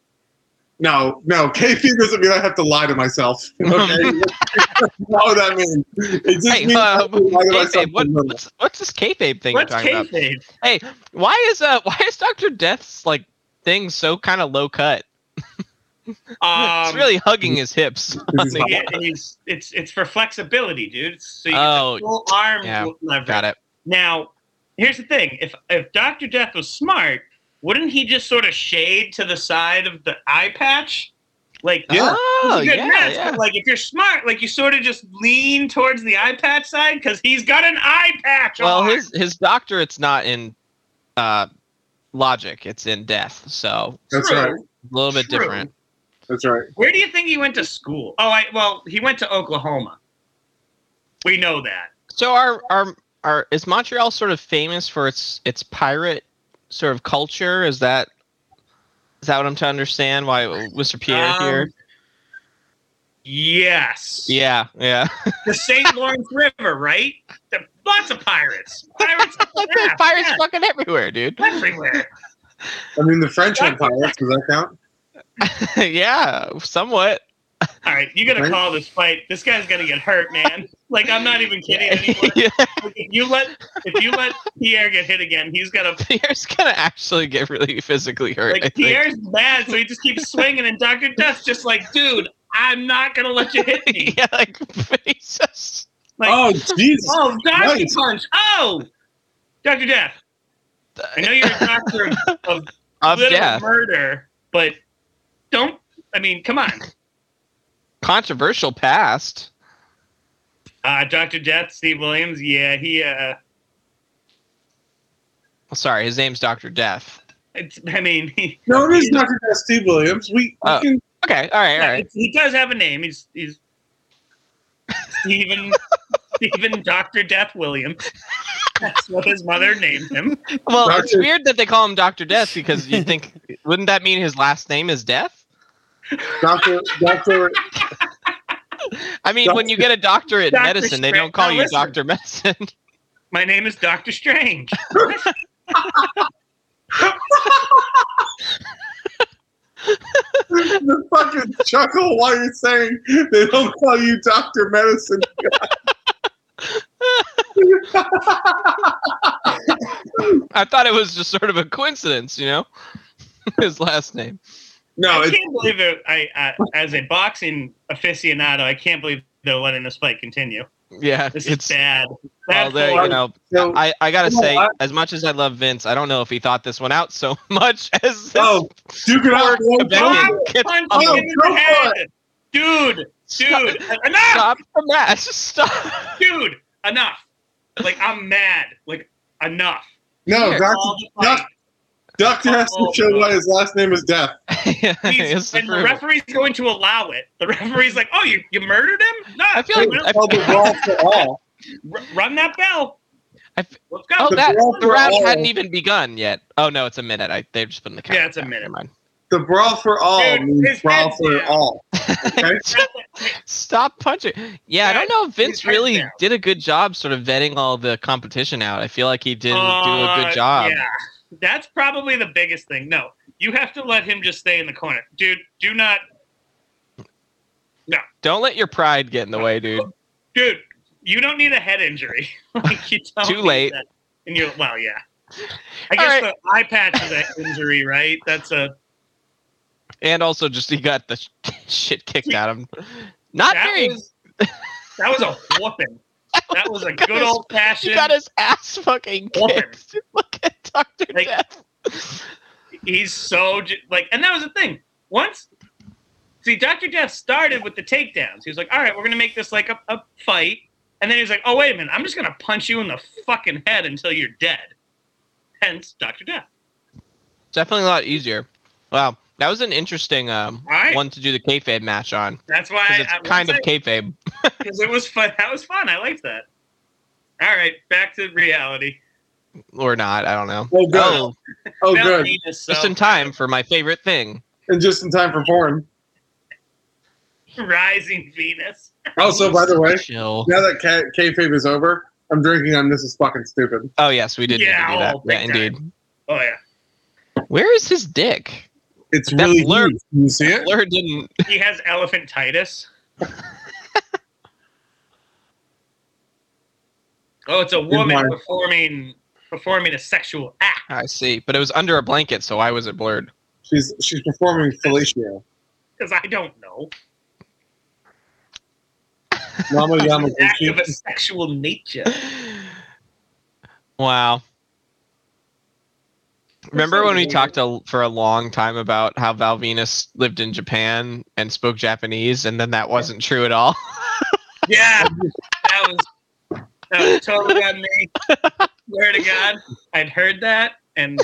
No, no, KP doesn't mean I have to lie to myself. Okay, what would that mean? It just Hey, means I uh, have to lie to myself. kayfabe, what, what's what's this kayfabe thing What's you're talking about? kayfabe? Why is uh why is Doctor Death's like thing so kind of low cut? Um, it's really hugging his hips. This is- yeah, he's- it's it's for flexibility, dude. So you Oh, get the full arm yeah. leverage. Got it. Now, here's the thing: if if Doctor Death was smart, wouldn't he just sort of shade to the side of the eye patch? Like, Yeah. Oh, it's a good yeah, match, yeah. but like if you're smart, like you sort of just lean towards the eye patch side because he's got an eye patch. Well, on. his his doctorate's not in uh logic; it's in death. So That's True. right. a little bit True. different. That's right. Where do you think he went to school? Oh, I well, he went to Oklahoma. We know that. So our our our is Montreal sort of famous for its its pirate sort of culture? Is that is that what I'm to understand? Why Mr. Pierre Um, here? Yes. Yeah, yeah. The St. Lawrence River, right? There- lots of pirates. Pirates. up Like there. there's pirates Yeah, fucking everywhere, dude. everywhere. I mean, the French had pirates. Does that count? yeah, somewhat. All right, you gotta Right? call this fight. This guy's gonna get hurt, man. Like I'm not even kidding anymore. Yeah, If you let if you let Pierre get hit again, he's gonna Pierre's gonna actually get really physically hurt. I like think. Pierre's mad, so he just keeps swinging, and Doctor Death's just like, dude, I'm not gonna let you hit me. yeah, like he's just Like, oh, Jesus. Oh, Donkey Nice. Punch! Oh, Doctor Death. I know you're a doctor of of little death. murder, but don't. I mean, come on. Controversial past. Uh, Doctor Death, Steve Williams. Yeah, he. Uh, Well, sorry, his name's Doctor Death. it's, I mean, he, No, it is Dr. Death Steve Williams. We, we Oh. can, Okay, all right, all right. he does have a name. He's he's Stephen Stephen Doctor Death Williams. That's what his mother named him. Well, Doctor- it's weird that they call him Doctor Death because you think wouldn't that mean his last name is Death? Dr. Dr. I mean, when you get a doctorate in Doctor medicine, they Strange- don't call now you listen. Doctor Medicine. My name is Doctor Strange. the fucking chuckle while you're saying they don't call you Dr. Medicine. I thought it was just sort of a coincidence, you know. his last name. Oh, No, I it's can't believe it. I, I, as a boxing aficionado, I can't believe they're letting this fight continue. Yeah, This it's is bad. well, Bad there you form. know. so. I, I gotta You know say, what? as much as I love Vince, I don't know if he thought this one out so much as this oh, Duke it out. Quebec- Punch Get him off. in the Go for head. dude, dude, enough, stop the match. Stop. dude, enough. Like I'm mad. Like enough. No, Here. Doctor All the fight. Doctor has to show why his last name is Death. Yeah, it's He's- and the brutal. referee's going to allow it. The referee's like, "Oh, you, you murdered him? No, I feel we like- don't- I- Called the wall for all. r- run that bell. I f- Let's go." Oh, The that brawl the for round all. hadn't even begun yet. Oh no, it's a minute. I they've just put in the count. Yeah, it's a minute. Never mind. The brawl for all Dude, means his brawl head's for down. all. Okay? Stop punching. Yeah, I Yeah, don't know if Vince he's right really there. did a good job sort of vetting all the competition out. I feel like he didn't do a Uh, good job. Yeah, that's probably the biggest thing. No, you have to let him just stay in the corner, dude. Do not, Don't let your pride get in the way, dude. dude. You don't need a head injury. like you don't Too need late. that. And you're well, yeah. I All guess right. the eye patch is an injury, right? That's a And also, just he got the sh- shit kicked out of him. Not that very. was that was a whooping. That was a good old He fashioned. got his ass fucking Whooping. kicked. Look at Doctor Like- Death. he's so j- like, and that was the thing. Once, see, Doctor Death started with the takedowns. He was like, "All right, we're gonna make this like a, a fight," and then he was like, "Oh wait a minute, I'm just gonna punch you in the fucking head until you're dead." Hence, Doctor Death. Definitely a lot easier. Wow, that was an interesting um, Right? one to do the kayfabe match on That's why because it's I, kind of kayfabe. because it was fun. That was fun. I liked that. All right, back to reality. or not. I don't know. Oh, good. Oh, Oh, Bell good. Venus, so- uh, just in time for my favorite thing. And just in time for porn. Rising Venus. Also, by the way, Chill. now that K- kayfabe is over, I'm drinking on this is fucking stupid. Oh yes, we did need to Yeah, do that. oh, Yeah, big time. indeed. Oh yeah, Where is his dick? It's That really blurb- huge. You see it? Blur didn't. he has elephantitis. oh, it's a woman Mark. performing performing a sexual act. I see, but it was under a blanket, so why was it blurred? She's she's performing fellatio. Because I don't know. Mama Yama An act of a sexual nature. Wow. Remember when we talked a, for a long time about how Val Venus lived in Japan and spoke Japanese, and then that wasn't true at all? Yeah, that was that was totally on me. Swear to God, I'd heard that, and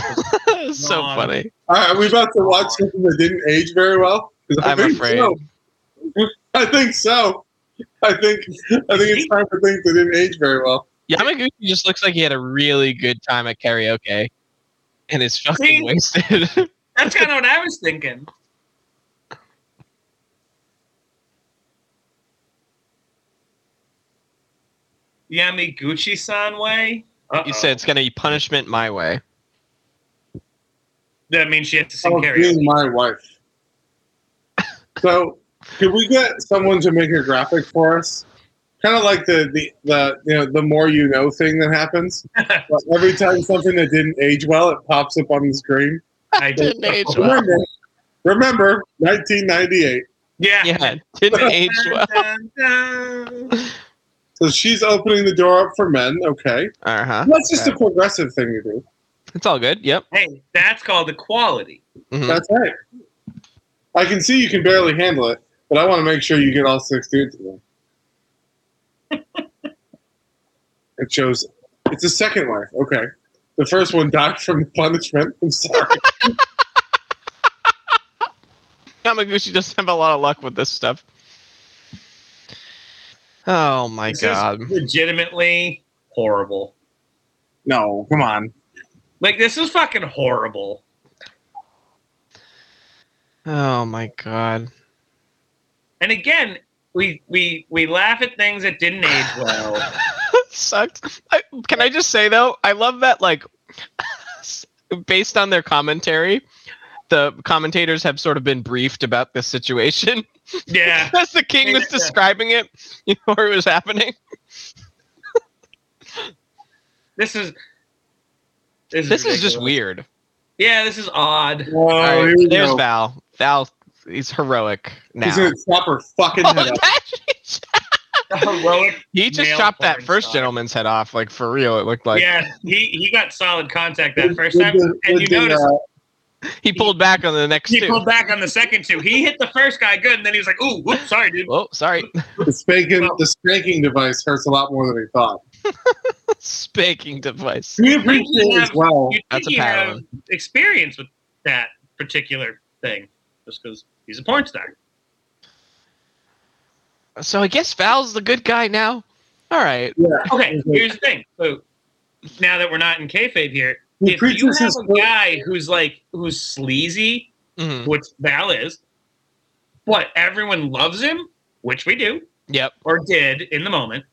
so Wrong. funny. All right, are we about to watch something that didn't age very well? 'Cause I I'm think afraid. so. I think so. I think I think it's time for things that didn't age very well. Yamaguchi just looks like he had a really good time at karaoke and is fucking See? wasted. that's kind of what I was thinking. Yamaguchi-san way. you said it's going to be punishment my way. That means she has to sing Oh, karaoke. being my wife. So, could we get someone to make a graphic for us? Kind of like the, the the you know the more you know thing that happens. But every time something that didn't age well, it pops up on the screen. I did. Didn't age well. Remember, remember, 1998. Yeah. Yeah, didn't age well. Dun, dun, dun. So she's opening the door up for men. Okay, Uh huh. that's just a progressive thing to do. It's all good. Yep. Hey, that's called equality. Mhm. That's right. I can see you can barely handle it, but I want to make sure you get all six dudes in there. it shows it's a second wife. Okay. The first one died from punishment. I'm sorry. Yamaguchi doesn't have a lot of luck with this stuff. Oh my This is god. legitimately horrible. no, come on. Like this is fucking horrible. Oh my god. And again, we we we laugh at things that didn't age well. Sucks. I, can I just say though, I love that like based on their commentary, the commentators have sort of been briefed about this situation. yeah. As the king was Yeah. describing it, you know where it was happening. This is This is just ridiculous. weird. Yeah, this is odd. Oh, All right, here we there's go. Val. Val is heroic now. He's gonna chop her fucking Oh, head off. that- Heroic. he just Nail chopped that porn first style. gentleman's head off, like for real. It looked like yeah, he, he got solid contact that With- first with time, the- and with you the, notice uh, he pulled back on the next he two. pulled back on the second two. He hit the first guy good, and then he was like, "Ooh, whoops, sorry, dude." Oh, sorry. the spanking the spanking device hurts a lot more than he thought. Spanking device. We appreciate it as well. You'd That's think a he power have experience with that particular thing, just because he's a porn star. So I guess Val's the good guy now. All right. Okay, here's the thing. So now that we're not in kayfabe here, He if you preaches have his a guy who's like who's sleazy, Mhm. which Val is, but everyone loves him, which we do Yep. or did in the moment.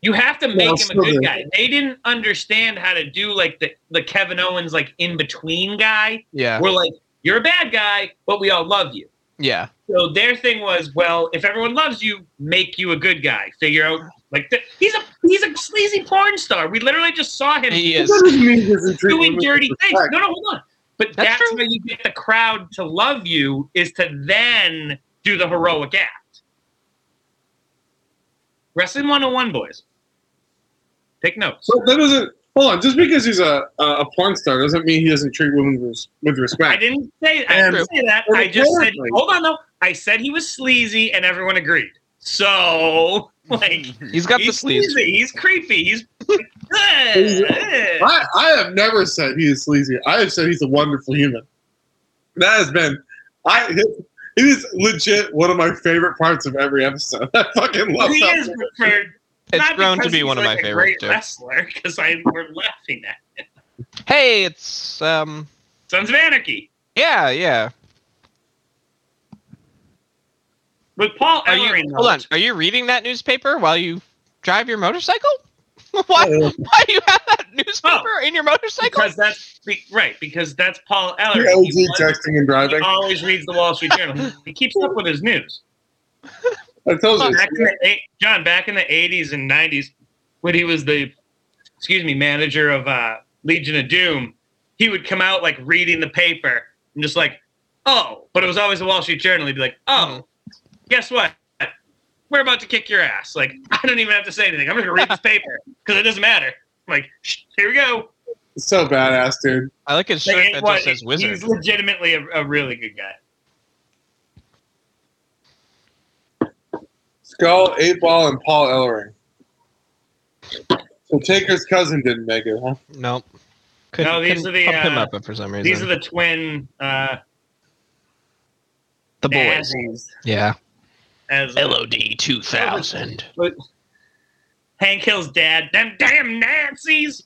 You have to make Well, him a still good do. guy. They didn't understand how to do like the, the Kevin Owens like in between guy. Yeah. We're like, you're a bad guy, but we all love you. Yeah. So their thing was, well, if everyone loves you, make you a good guy. Figure out like th- he's a he's a sleazy porn star. We literally just saw him He is. That doesn't mean he doesn't treat doing women dirty with things. respect. No, no, hold on. But That's that's, true. how you get the crowd to love you is to then do the heroic act. Wrestling 101, boys. Take notes. So that doesn't. Hold on. Just because he's a a a porn star doesn't mean he doesn't treat women with, with I respect. didn't say I And- didn't say that. and I just said apparently- hold on though. I said he was sleazy and everyone agreed. So like He's got the he's sleeves. sleazy. He's creepy. He's. I, I have never said he is sleazy. I have said he's a wonderful human. That has been. I. It is legit one of my favorite parts of every episode. I fucking love he that. is for It's not grown to because be he's, one of like, my a favorites great too. Wrestler, because I we're laughing at Hey, it's um Sons of Anarchy yeah, yeah. with Paul Are Ellering. you though. hold on? Are you reading that newspaper while you drive your motorcycle? why why do you have that newspaper in your motorcycle? Oh. Because that's be- right. Because that's Paul The Ellering. He, OG was- texting and he driving. always reads the Wall Street Journal. He- He keeps up with his news. I told you. Back in the, eight- John, back in the '80s and '90s, when he was the, excuse me, manager of uh, Legion of Doom, he would come out like reading the paper and just like, oh, but it was always the Wall Street Journal. He'd be like, oh, Mm-hmm. guess what? We're about to kick your ass. Like, I don't even have to say anything. I'm just gonna read this paper because it doesn't matter. I'm like, "Shh, here we go. So badass, dude. I like his Like, shirt it that was- just says wizard. He's legitimately a, a really good guy. Skull, Eight Ball, and Paul Ellering. So Taker's cousin didn't make it, huh? Nope. Couldn't, No, these couldn't are the, pump him uh, up for some reason. These are the twin uh, the boys. Nazis, Yeah. as uh, LOD 2000. Hank Hill's dad. Them damn Nazis.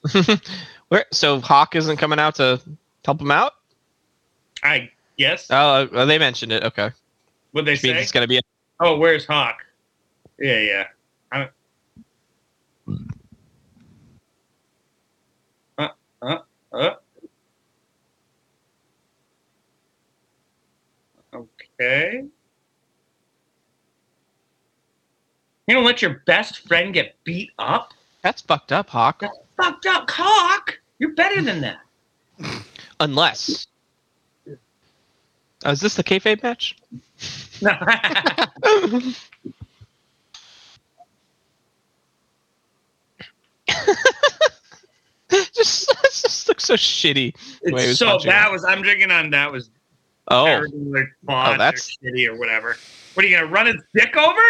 Where so Hawk isn't coming out to help him out? I guess. Oh, uh, they mentioned it. Okay. what they Which means say? it's going to be Oh, where's Hawk? Yeah, yeah. I Hmm. Uh, uh, uh. Okay. You don't let your best friend get beat up? That's fucked up, Hawk. Fucked up, Hawk! You're better than that. Unless. Oh, is this the kayfabe match? No. just, this just looks so shitty. It's Wait, who's so watching that was I'm drinking on that was Oh, regular bond that's- or shitty or whatever. What are you gonna run his dick over?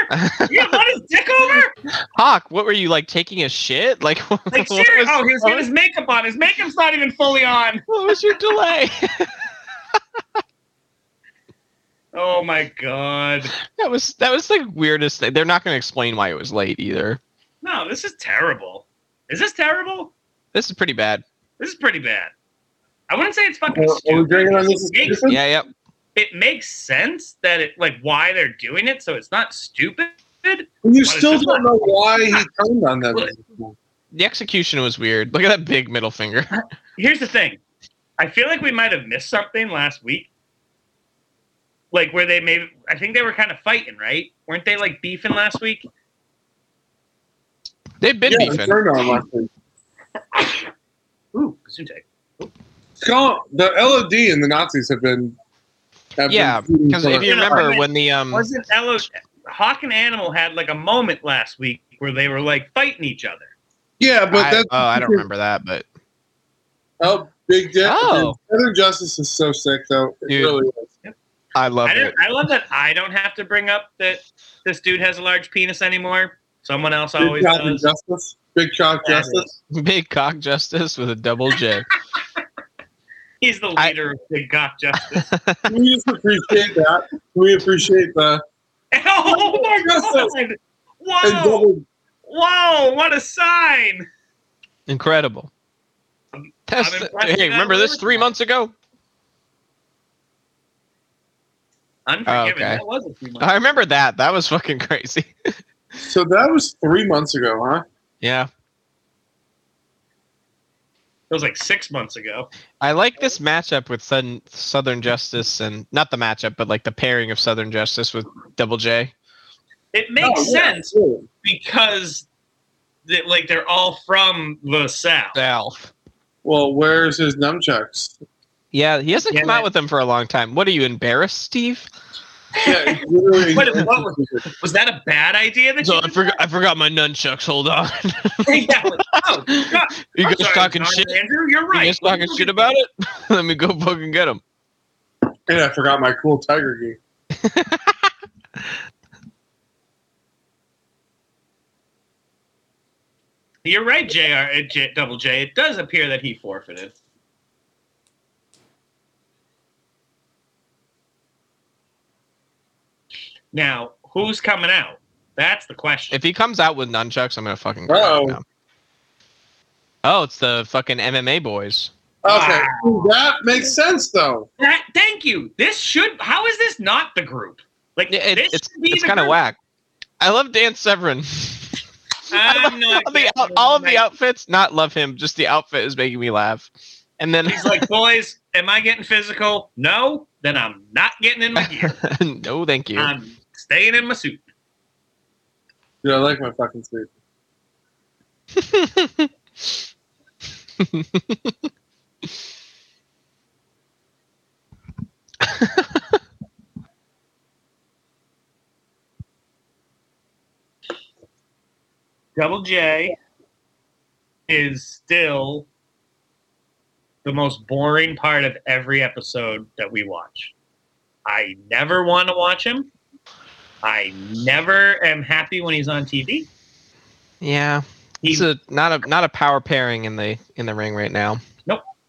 You gonna run his dick over? Hawk, what were you like taking a shit? Like, Like what, seriously? was, Oh, he's got what, his makeup on. His makeup's not even fully on. what was your delay? Oh my god. that was that was the weirdest thing. They're not going to explain why it was late either. No, this is terrible. Is this terrible? This is pretty bad. This is pretty bad. I wouldn't say it's fucking Are, are we stupid. drinking on this? It makes, exclusive? Yeah, yep. it makes sense that it like why they're doing it, so it's not stupid. You But it's still just don't know why he turned on them. The execution was weird. Look at that big middle finger. Here's the thing. I feel like we might have missed something last week. Like where they maybe I think they were kind of fighting, right? Weren't they like beefing last week? They've been Yeah, he beefing. turned on last week. Ooh, Gesundheit. Ooh. Colin, the LOD and the Nazis have been. have been Yeah, feuding because for- if you You know, remember I- when the um, Wasn't Elo Hawk and Animal had like a moment last week where they were like fighting each other. yeah, but I, that's oh, I don't remember that, but Oh, big dick. Oh. Southern Justice is so sick, though. It Dude. really is. I love I, it. don't- I love that I don't have to bring up that this dude has a large penis anymore. Someone else Big always Cock and does. Justice. Big Cock Yeah, Justice. Big cock justice with a double J. He's the I- leader of Big Cop Justice. Can we just appreciate that? Can we appreciate the oh my god! and Whoa! double, Whoa! What a sign! Incredible. That's I'm the- impressed hey, with that remember this word. three months ago? Unforgiven. Oh, okay. That was a few months. I remember that. That was fucking crazy. So that was three months ago, huh? Yeah. It was like six months ago. I like this matchup with Southern, Southern Justice and not the matchup, but like the pairing of Southern Justice with Double J. It makes Oh, yeah, sense absolutely. because, they, like, they're all from the South. Al. Well, where's his nunchucks? Yeah, he hasn't Yeah, come out man. with them for a long time. What are you embarrassed, Steve? Yeah, literally. What- what Was that a bad idea that So you? I did forgot. I forgot my nunchucks. Hold on. that? Yeah, like, Oh, God. you I'm guys sorry, talking John shit. Andrew, you're right. You guys talking shit about it? Let me go fucking get them. and I forgot my cool tiger gear. You're right, Jr. uh, J, double J. It does appear that he forfeited. Now, who's coming out? That's the question. If he comes out with nunchucks, I'm gonna fucking. Uh-oh. grab him. Oh, it's the fucking MMA boys. Okay, that makes sense though. That, thank you. This should. How is this not the group? Like Yeah, it- this it's should be it's the kind of group. whack. I love Dan Severin. I I'm love not all, the, out- getting all of the my- outfits. Not love him. Just the outfit is making me laugh. And then He's like, boys, am I getting physical? No, then I'm not getting in my gear. no, thank you. I'm staying in my suit. Dude, I like my fucking sleep. Double J is still the most boring part of every episode that we watch. I never want to watch him. I never am happy when he's on TV. yeah, He, he's a not a not a power pairing in the in the ring right now.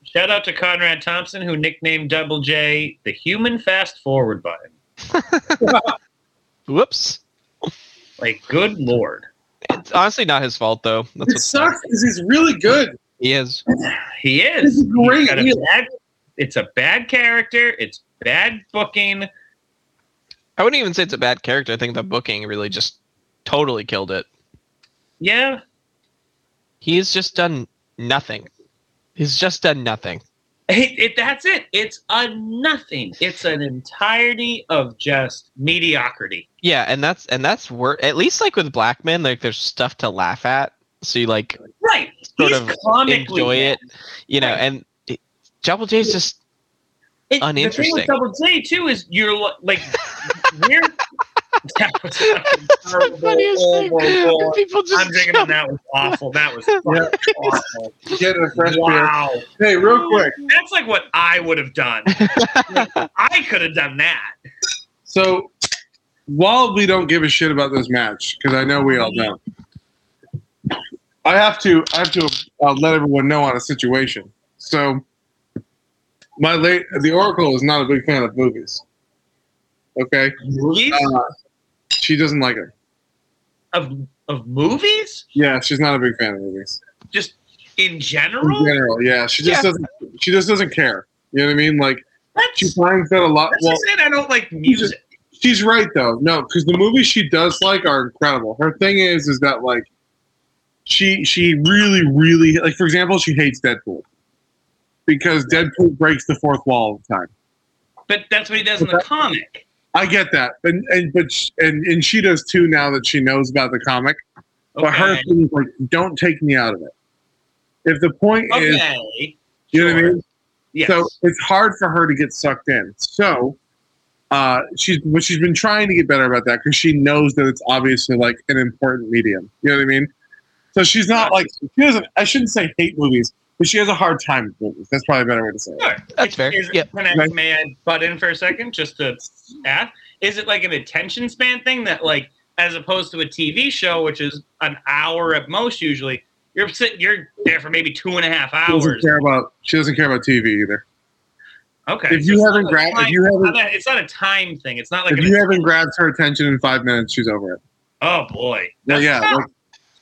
shout out to Conrad Thompson, who nicknamed Double J the human fast forward button. Whoops. Like, good lord. It's honestly not his fault though. That's It what sucks. sucks because he's really good. He is. He This is. is great. He's got a Yeah. bad- it's a bad character. It's bad booking. I wouldn't even say it's a bad character. I think the booking really just totally killed it. Yeah, He's just done nothing. He's just done nothing. It, it, that's it. It's a nothing. It's an entirety of just mediocrity. Yeah, and that's and that's wor- at least like with black men, like there's stuff to laugh at. So you like Right. Sort He's of comically enjoy it, you know. Right. And it, Double J's just It- The uninteresting. thing with Double J too is you're li- like we're. That was fucking terrible. Oh, oh, oh. People I'm thinking that was awful. That was fucking awful. Get a fresh beer. Wow. Hey, real quick. That's like what I would have done. I could have done that. So while we don't give a shit about this match, because I know we all don't, I have to I have to uh, let everyone know on a situation. So my late the Oracle is not a big fan of movies. Okay, Movies uh, she doesn't like it. of of movies Yeah, she's not a big fan of movies just in in general. general. Yeah, she just Yeah. doesn't. She just doesn't care. You know what I mean? Like That's, she finds that a lot. that's Well, just it. I don't like music. She's right though. No, because the movies she does like are incredible. Her thing is is that like she she really really like for example she hates Deadpool because Deadpool breaks the fourth wall all the time. But that's what he does in the comic. I get that, and and but sh- and and she does too now that she knows about the comic. But her Okay. thing is like, don't take me out of it. If the point is, Okay. you know what I Sure. mean. Yes. So it's hard for her to get sucked in. So uh, she's well, she's been trying to get better about that because she knows that it's obviously like an important medium. You know what I mean? So she's not like she doesn't. I shouldn't say hate movies, but she has a hard time with movies. That's probably a better way to say it. Sure. That's fair. Is it- Yep. Can I, Right. may I butt in for a second just to ask? Is it like an attention span thing that, like, as opposed to a TV show, which is an hour at most usually, you're sit, you're there for maybe two and a half She doesn't hours. care about she doesn't care about TV either. Okay. if so you it's haven't not a grabbed, if time- you it's haven't, not a- it's not a time thing. It's not like if an, you haven't grabbed her attention in five minutes, she's over it. oh boy, Well, yeah, tough. like,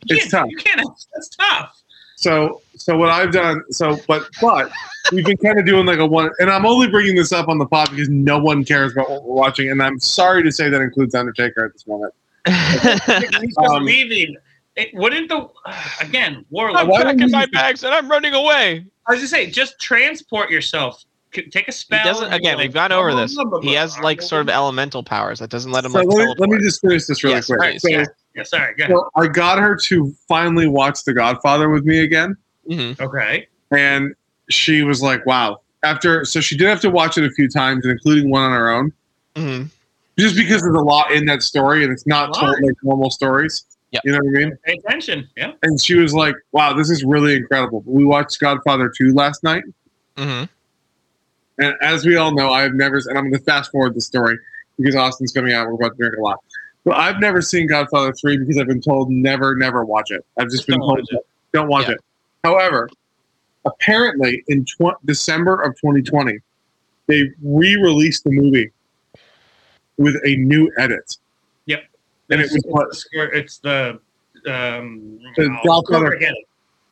You it's can't- tough. You can't. That's tough. So, so what I've done, so but but we've been kind of doing like a one, and I'm only bringing this up on the pod because no one cares about what we're watching, and I'm sorry to say that includes Undertaker at this moment. He's just Um, leaving. It wouldn't the again I'm warlock. why don't packing you- my bags and I'm running away. I was just saying, just transport yourself. C- Take a He spell. doesn't. and, Again, like, we've gone over blah, blah, this. blah, blah, He blah, has blah, like blah, sort of blah. elemental powers that doesn't let him So like let me, teleport. let me just finish this really Yes, quick. please, so, yeah. Yeah, sorry. Go ahead. so I got her to finally watch The Godfather with me again, Mhm. Okay. and she was like, "Wow!" After so she did have to watch it a few times, including one on her own, Mhm. just because there's a lot in that story, and it's not told Right. like normal stories. Yep. You know what I mean? Pay attention. Yeah. and she was like, "Wow, this is really incredible." We watched Godfather two last night, Mhm. and as we all know, I've never and I'm going to fast forward the story because Austin's coming out. We're about to drink a lot, but I've never seen Godfather three because I've been told never, never watch it. I've just been Don't told watch don't watch Yeah. it. However, apparently in tw- December of 2020, they re-released the movie with a new edit. Yep. and it was what It's, it's the um. The oh, Godfather. forget it.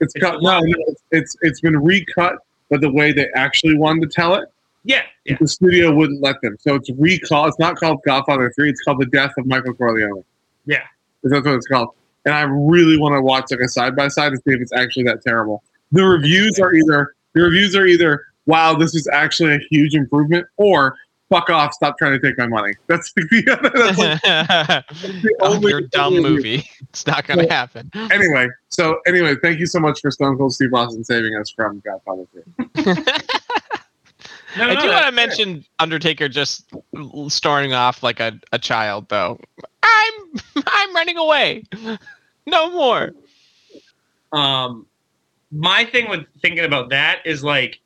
it's It's got. the No, one- no, it's it's it's been recut, but the way they actually wanted to tell it. Yeah. Yeah. the studio wouldn't let them. So it's recalled. It's not called Godfather Three. It's called The Death of Michael Corleone. Yeah. that's what it's called. And I really want to watch like a side by side to see if it's actually that terrible. The reviews are either the reviews are either wow, this is actually a huge improvement, or fuck off, stop trying to take my money. That's the, that's like the Mm-hmm. Oh, only your dumb review. movie. It's not gonna Yeah. happen. Anyway, so anyway, thank you so much for Stone Cold Steve Austin saving us from Godfather Three. No, I no, do that's want to good. mention Undertaker just l- starting off like a, a child, though. I'm I'm running away. No more. Um, my thing with thinking about that is like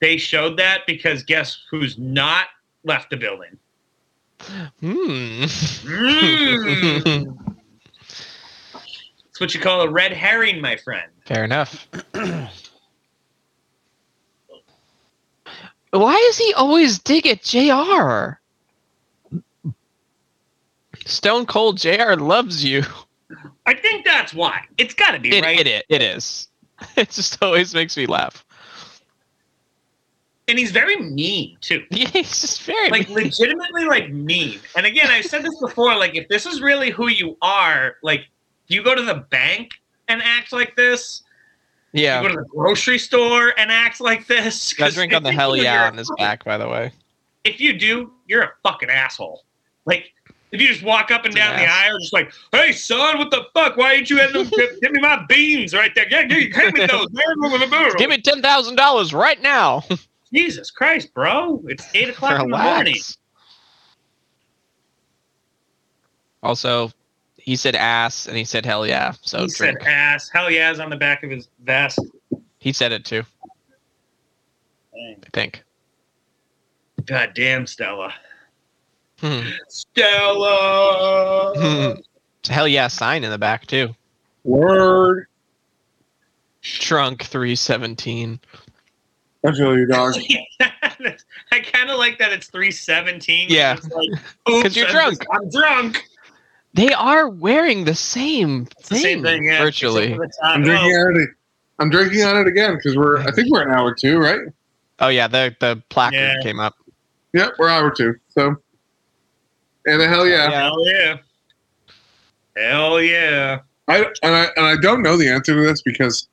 they showed that because guess who's not left the building? Hmm. Mm. It's what you call a red herring, my friend. Fair enough. Why does he always dig at JR? Stone Cold JR loves you. I think that's why. It's got to be It, right. it, it, it is. It just always makes me laugh. And he's very mean too. Yeah, he's just very Like legitimately, like mean. And again, I said this before. Like, if this is really who you are, like, do you go to the bank and act like this? yeah. You go to the grocery store and act like this? That 'Cause drink I on the think hell you're- yeah on his back, by the way. if you do, you're a fucking asshole. Like, if you just walk up and It's an down the ass. aisle, just like, hey, son, what the fuck? Why ain't you at them? give, give me my beans right there. Yeah, give, hand me those. Give me ten thousand dollars right now. Jesus Christ, bro. It's 8 o'clock in the morning. Relax. Also, he said ass and he said hell yeah. So he drink. said ass. Hell yeah is on the back of his vest. he said it too, I think. God damn, Stella. Hmm. Stella! Hmm. It's a hell yeah sign in the back too. Word. Trunk three seventeen. I feel you, dog. I kind of like that it's 317. Yeah. It's like, oops, 'Cause you're I'm drunk. just- I'm drunk. They are wearing the same thing, It's the same thing, yeah. virtually. Except for the Oh, top. I'm drinking on it. I'm drinking on it again because we're. I think we're an hour two, right? Oh yeah, the the placard Yeah. came up. Yep, we're hour two. So, and hell yeah, Hell yeah. Hell yeah. I and I and I don't know the answer to this because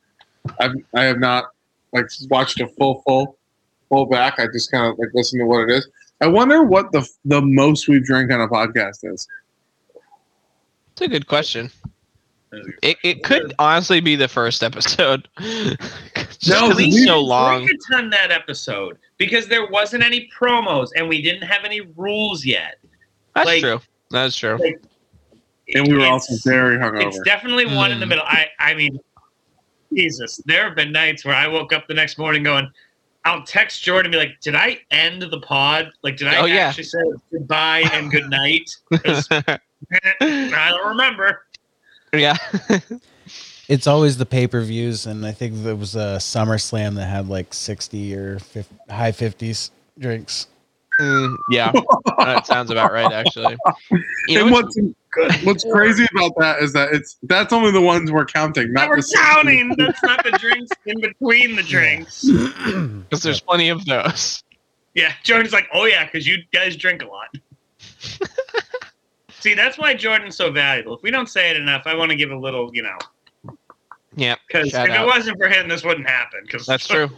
I've I have not like watched a full full full back. I just kind of like listen to what it is. I wonder what the the most we've drank on a podcast is. It's a good question. It, it could honestly be the first episode. Just No, 'cause we it's so didn't long. drink a ton that episode because there wasn't any promos and we didn't have any rules yet. That's like- true. That's true. And we were It's- also very It's hungover. definitely one in the Mm. middle. I, I mean, Jesus, there have been nights where I woke up the next morning going, I'll text Jordan and be like, "Did I end the pod? Like, did I Oh, yeah. actually say goodbye and good night? 'Cause I don't remember." yeah. It's always the pay per views, and I think there was a SummerSlam that had like 60 or 50, high 50s drinks. Mm, yeah. That sounds about right, actually. You know and what's- what's what's crazy about that is that it's that's only the ones we're counting, not we're the 60. counting. That's not the drinks in between the drinks. Because there's plenty of those. Yeah, Jordan's like, oh yeah, because you guys drink a lot. See, that's why Jordan's so valuable. If we don't say it enough, I want to give a little, you know, Yep. because if Shout it out. wasn't for him, this wouldn't happen. Because That's true.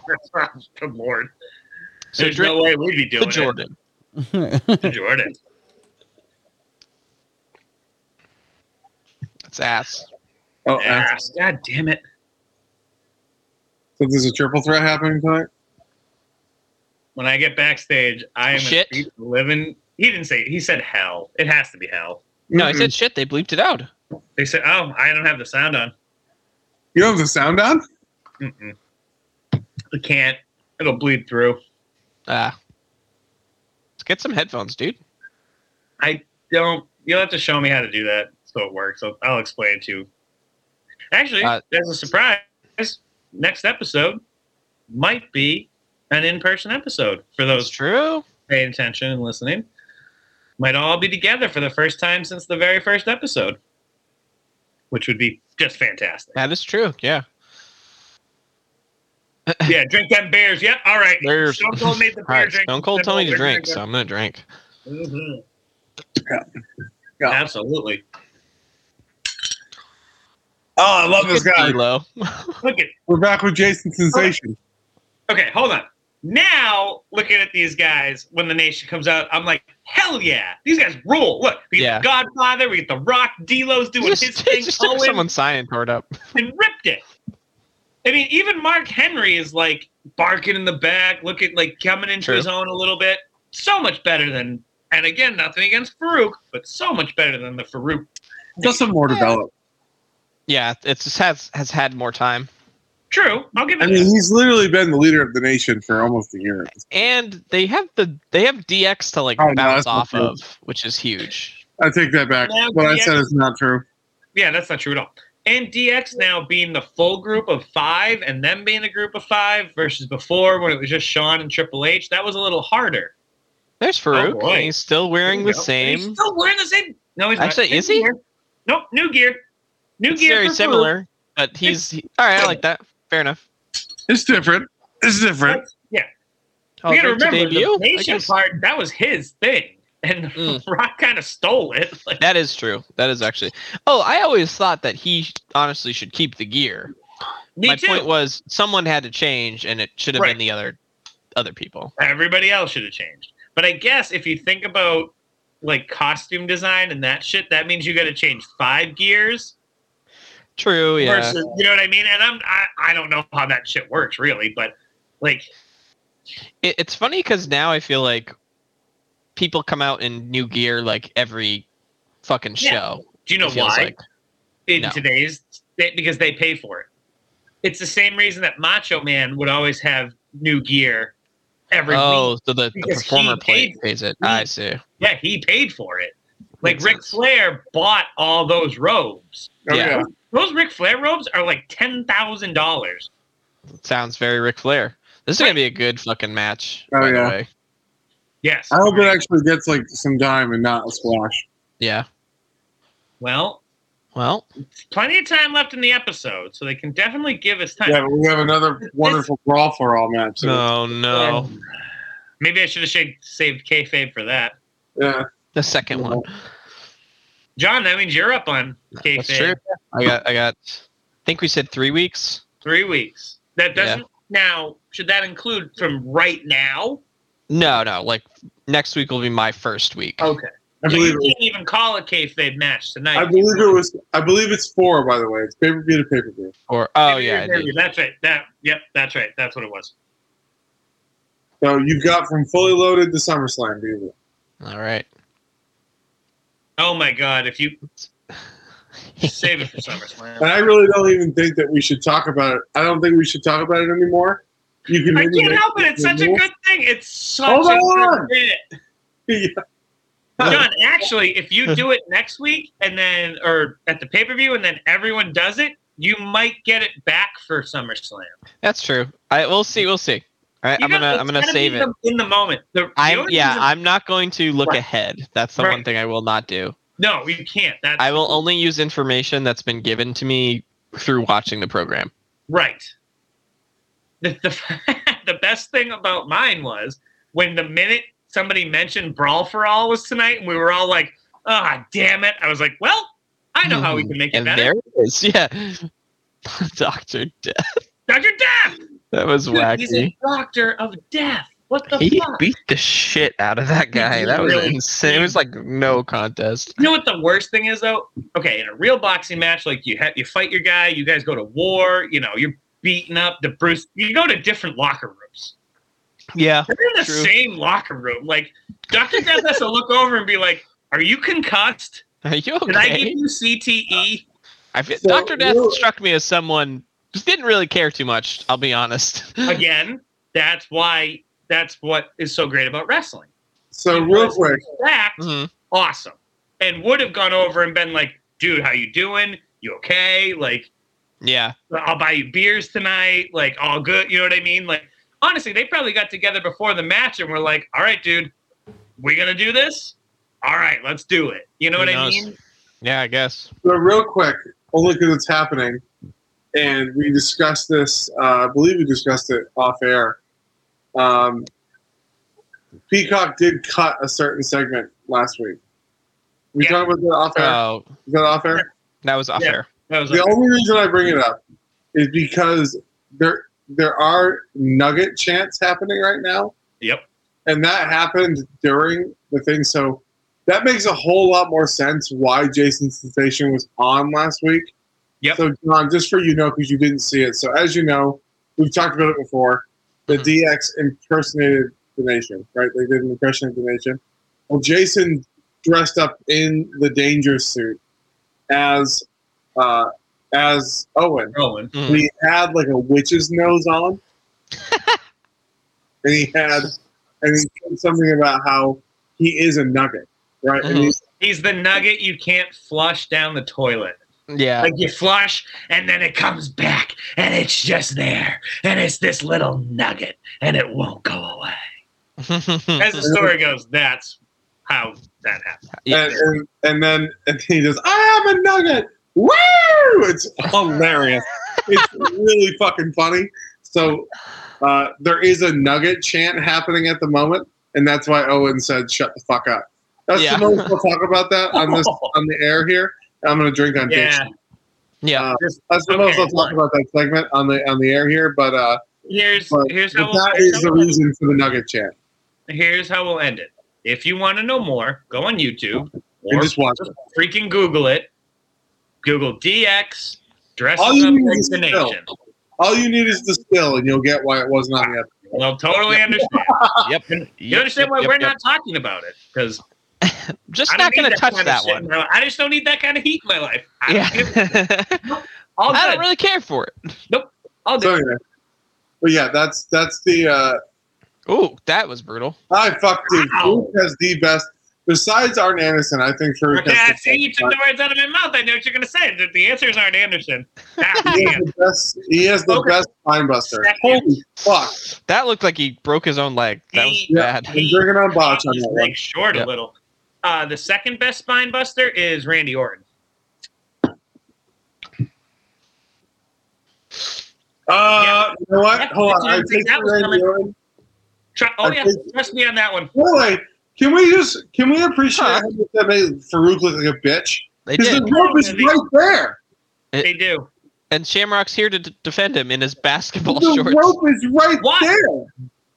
Good lord, So there's drink no way we'd be the doing Jordan. it. To Jordan. That's ass. Oh, Yeah. God damn it. So there's a triple threat happening tonight. When I get backstage, I am Shit. gonna beat the living. He didn't say. He said hell. It has to be hell. No, I Mm-mm. said shit. They bleeped it out. They said, oh, I don't have the sound on. you don't have the sound on. Mm-mm. It can't. It'll bleed through. Ah. Let's get some headphones, dude. I don't. You'll have to show me how to do that so it works. I'll, I'll explain it to you. Actually, Uh, there's a surprise. Next episode might be an in-person episode for That's those true. paying attention and listening. Might all be together for the first time since the very first episode, which would be just fantastic. That is true. Yeah. yeah, drink them beers. Yeah, all right. Bears. Stone Cold made the All beer right. drink. Stone Cold told me to We're drink, so drinking. I'm gonna drink. Mhm. Yeah. Yeah. Absolutely. Oh, I love this Good guy. D-Lo. Look at We're back with Jason Sensation. okay, hold on. Now, looking at these guys, when the nation comes out, I'm like, hell yeah, these guys rule. Look, we Yeah. get the Godfather, we get the Rock, D'Lo's doing Just- his thing, just took Owen, someone's sign and tore it up. and ripped it. I mean, even Mark Henry is like barking in the back, looking like coming into True. his own a little bit. So much better than, and again, nothing against Farouk, but so much better than the Farouk. Justin more developed. Yeah, it's just has has had more time, True, I'll give it. I mean, that. he's literally been the leader of the nation for almost a year. and they have the they have DX to like Oh, no, bounce that's not off true. of, which is huge. I take that back. No, what I yeah. said is not true. Yeah, that's not true at all. And DX now being the full group of five and them being a group of five versus before when it was just Sean and Triple H, that was a little harder. There's Farouk. Oh, boy. and he's still wearing There you the go. same. He's still wearing the same. No, he's Actually, not. New is he? gear. Nope, new gear. New it's gear. very for Farouk. similar, but he's he- all right. I like that. Fair enough. It's different. It's different. Oh, you gotta great to remember debut, the I Nation guess. part. That was his thing, and Mm. Rock kind of stole it. Like, That is true. That is actually. Oh, I always thought that he sh- honestly should keep the gear. me My too. point was someone had to change, and it should have Right. been the other other people. Everybody else should have changed. But I guess if you think about like costume design and that shit, that means you got to change five gears. True. Oh, Yeah. versus you know what I mean. And I'm I, I don't know how that shit works really, but like It, it's funny because now I feel like people come out in new gear like every fucking Yeah. show. do you know it feels why like. in no. today's they, because they pay for it. It's the same reason that Macho Man would always have new gear every week. Oh, so the, the Because he performer play, paid- pays it. he- I see. Yeah, he paid for it. Like Makes Ric sense. Flair bought all those robes. Oh, Yeah. yeah. Those Ric Flair robes are like ten thousand dollars. Sounds very Ric Flair. This is gonna be a good fucking match. Oh, by the yeah. way. Yes. I hope it actually gets like some dime and not a splash. Yeah. Well, Well, plenty of time left in the episode, so they can definitely give us time. Yeah, but we have another wonderful brawl for all match. no, so- no, Maybe I should have shaved- saved kayfabe for that. Yeah. the second one. John, that means you're up on kayfabe That's true. I got. I got. I think we said three weeks. three weeks. That Yeah. doesn't now. Should that include from right now? No, no. Like next week will be my first week. Oh. Okay. I you believe can't it. even call it kayfabe match tonight. I believe it was. I believe it's four. By the way, it's pay per view to pay per view. Or oh yeah, I Pay-per-view, did. that's right. That yep, that's right. That's what it was. So you got from fully loaded to SummerSlam. Dude. all right. Oh my god! If you save it for SummerSlam, And I really don't even think that we should talk about it. I don't think we should talk about it anymore. You can. I maybe can't make- help it. It's such a good thing. It's such Hold a on. good bit. Yeah. John, actually, if you do it next week and then, or at the pay per view, and then everyone does it, you might get it back for SummerSlam. That's true. I we'll see. We'll see. All right, You I'm gonna gotta- I'm it's gonna gotta save be it. the- in the moment. The, the I'm only yeah. reason- I'm not going to look Right. ahead. That's the one Right. thing I will not do. no, you can't. That's I will only use information that's been given to me through watching the program. right. The, the, the best thing about mine was when the minute somebody mentioned Brawl for All was tonight, and we were all like, "Ah, damn it!" I was like, "Well, I know how we can make it And better." there it is. Yeah, Doctor Death. Doctor Death, That was Dude, he's wacky. a doctor of death. What the He fuck? beat the shit out of that guy. That was really insane. It was like no contest. You know what the worst thing is though? Okay, in a real boxing match, like you ha- you fight your guy, you guys go to war, you know, you're beaten up. The Bruce, you go to different locker rooms. Yeah. They're in the True. same locker room. Like Doctor Death has to look over and be like, "Are you concussed? Are you Did I give okay? you E CTE?" I feel, So, Doctor Death you- struck me as someone who didn't really care too much. I'll be honest. Again, that's why. That's what is so great about wrestling. So real quick, Fact, Mhm. awesome and would have gone over and been like dude how you doing you okay like Yeah. i'll buy you beers tonight like all good you know what i mean like honestly they probably got together before the match and were like all right dude we gonna do this all right let's do it you know Who what knows? i mean Yeah. I guess. so real quick, only because it's happening, and we discussed this. Uh, I believe we discussed it off air. Um, Peacock did cut a certain segment last week. We Yeah. talked about that off air. Oh, Is that off air? that was off Yeah. air. that was The like, only reason I bring it up is because there there are nugget chants happening right now, yep and that happened during the thing. So that makes a whole lot more sense why Jason Sensation was on last week. Yep. So John, just for you know, because you didn't see it. So as you know, we've talked about it before. The Mhm. DX impersonated the Nation, right? They did an impression of the Nation. Well, Jason dressed up in the Danger suit as uh, as Owen. Rowan. Mhm. And he had like a witch's nose on, and he had and he said something about how he is a nugget, right? And he's he's the nugget you can't flush down the toilet Uh, Yeah. like you flush and then it comes back and it's just there and it's this little nugget and it won't go away as the story goes, that's how that happened. Mm-hmm. Yeah. and, and, and then and he goes, I am a nugget. Woo! It's hilarious. it's really fucking funny. So uh, there is a nugget chant happening at the moment, and that's why Owen said, "Shut the fuck up." That's Yeah. the most we'll talk about that on this on the air here. I'm gonna drink on Yeah, Dixie. yeah. Uh, just- that's the okay, most I'll talk fine. about that segment on the on the air here. But uh, here's but, here's but how that we'll, is the reason for the nugget chant. here's how we'll end it. If you want to know more, go on YouTube And or just watch it. freaking Google it. Google DX dressing All you up need like is the a nation. All you need is the still, and you'll get why it wasn't on the episode. Well, totally understand. Yep. uh, You understand why we're not talking about it because just I'm not gonna touch that one. I just don't need that kind of heat in my life. I Yeah. don't give, all I don't good. really care for it. all So good. anyway, but yeah, that's that's the uh, Ooh, that was brutal. I fuck dude. Wow. Farouk has the best. Besides Arn Anderson, I think Farouk Okay, I has see you the took the words out of my mouth. I know what you're gonna say. The, the answers aren't Anderson. Ah, best. He man. has the best. He has the Okay. best spine buster. Second. Holy fuck! That looked like he broke his own leg. That was He- bad. I'm drinking on botch on Just that one. make short Yeah. a little. Uh, the second best spine buster is Randy Orton. Uh, you know what? Yeah, Hold on. that's what I I'm saying. think That was Randy coming. Orton. Tru- oh I yeah, think- trust me on that one. By the way, can we just can we appreciate Huh. how much that made Farouk look like a bitch? They Because did. the rope is right there. They do. And Shamrock's here to d- defend him in his basketball The shorts. rope is right Why? there.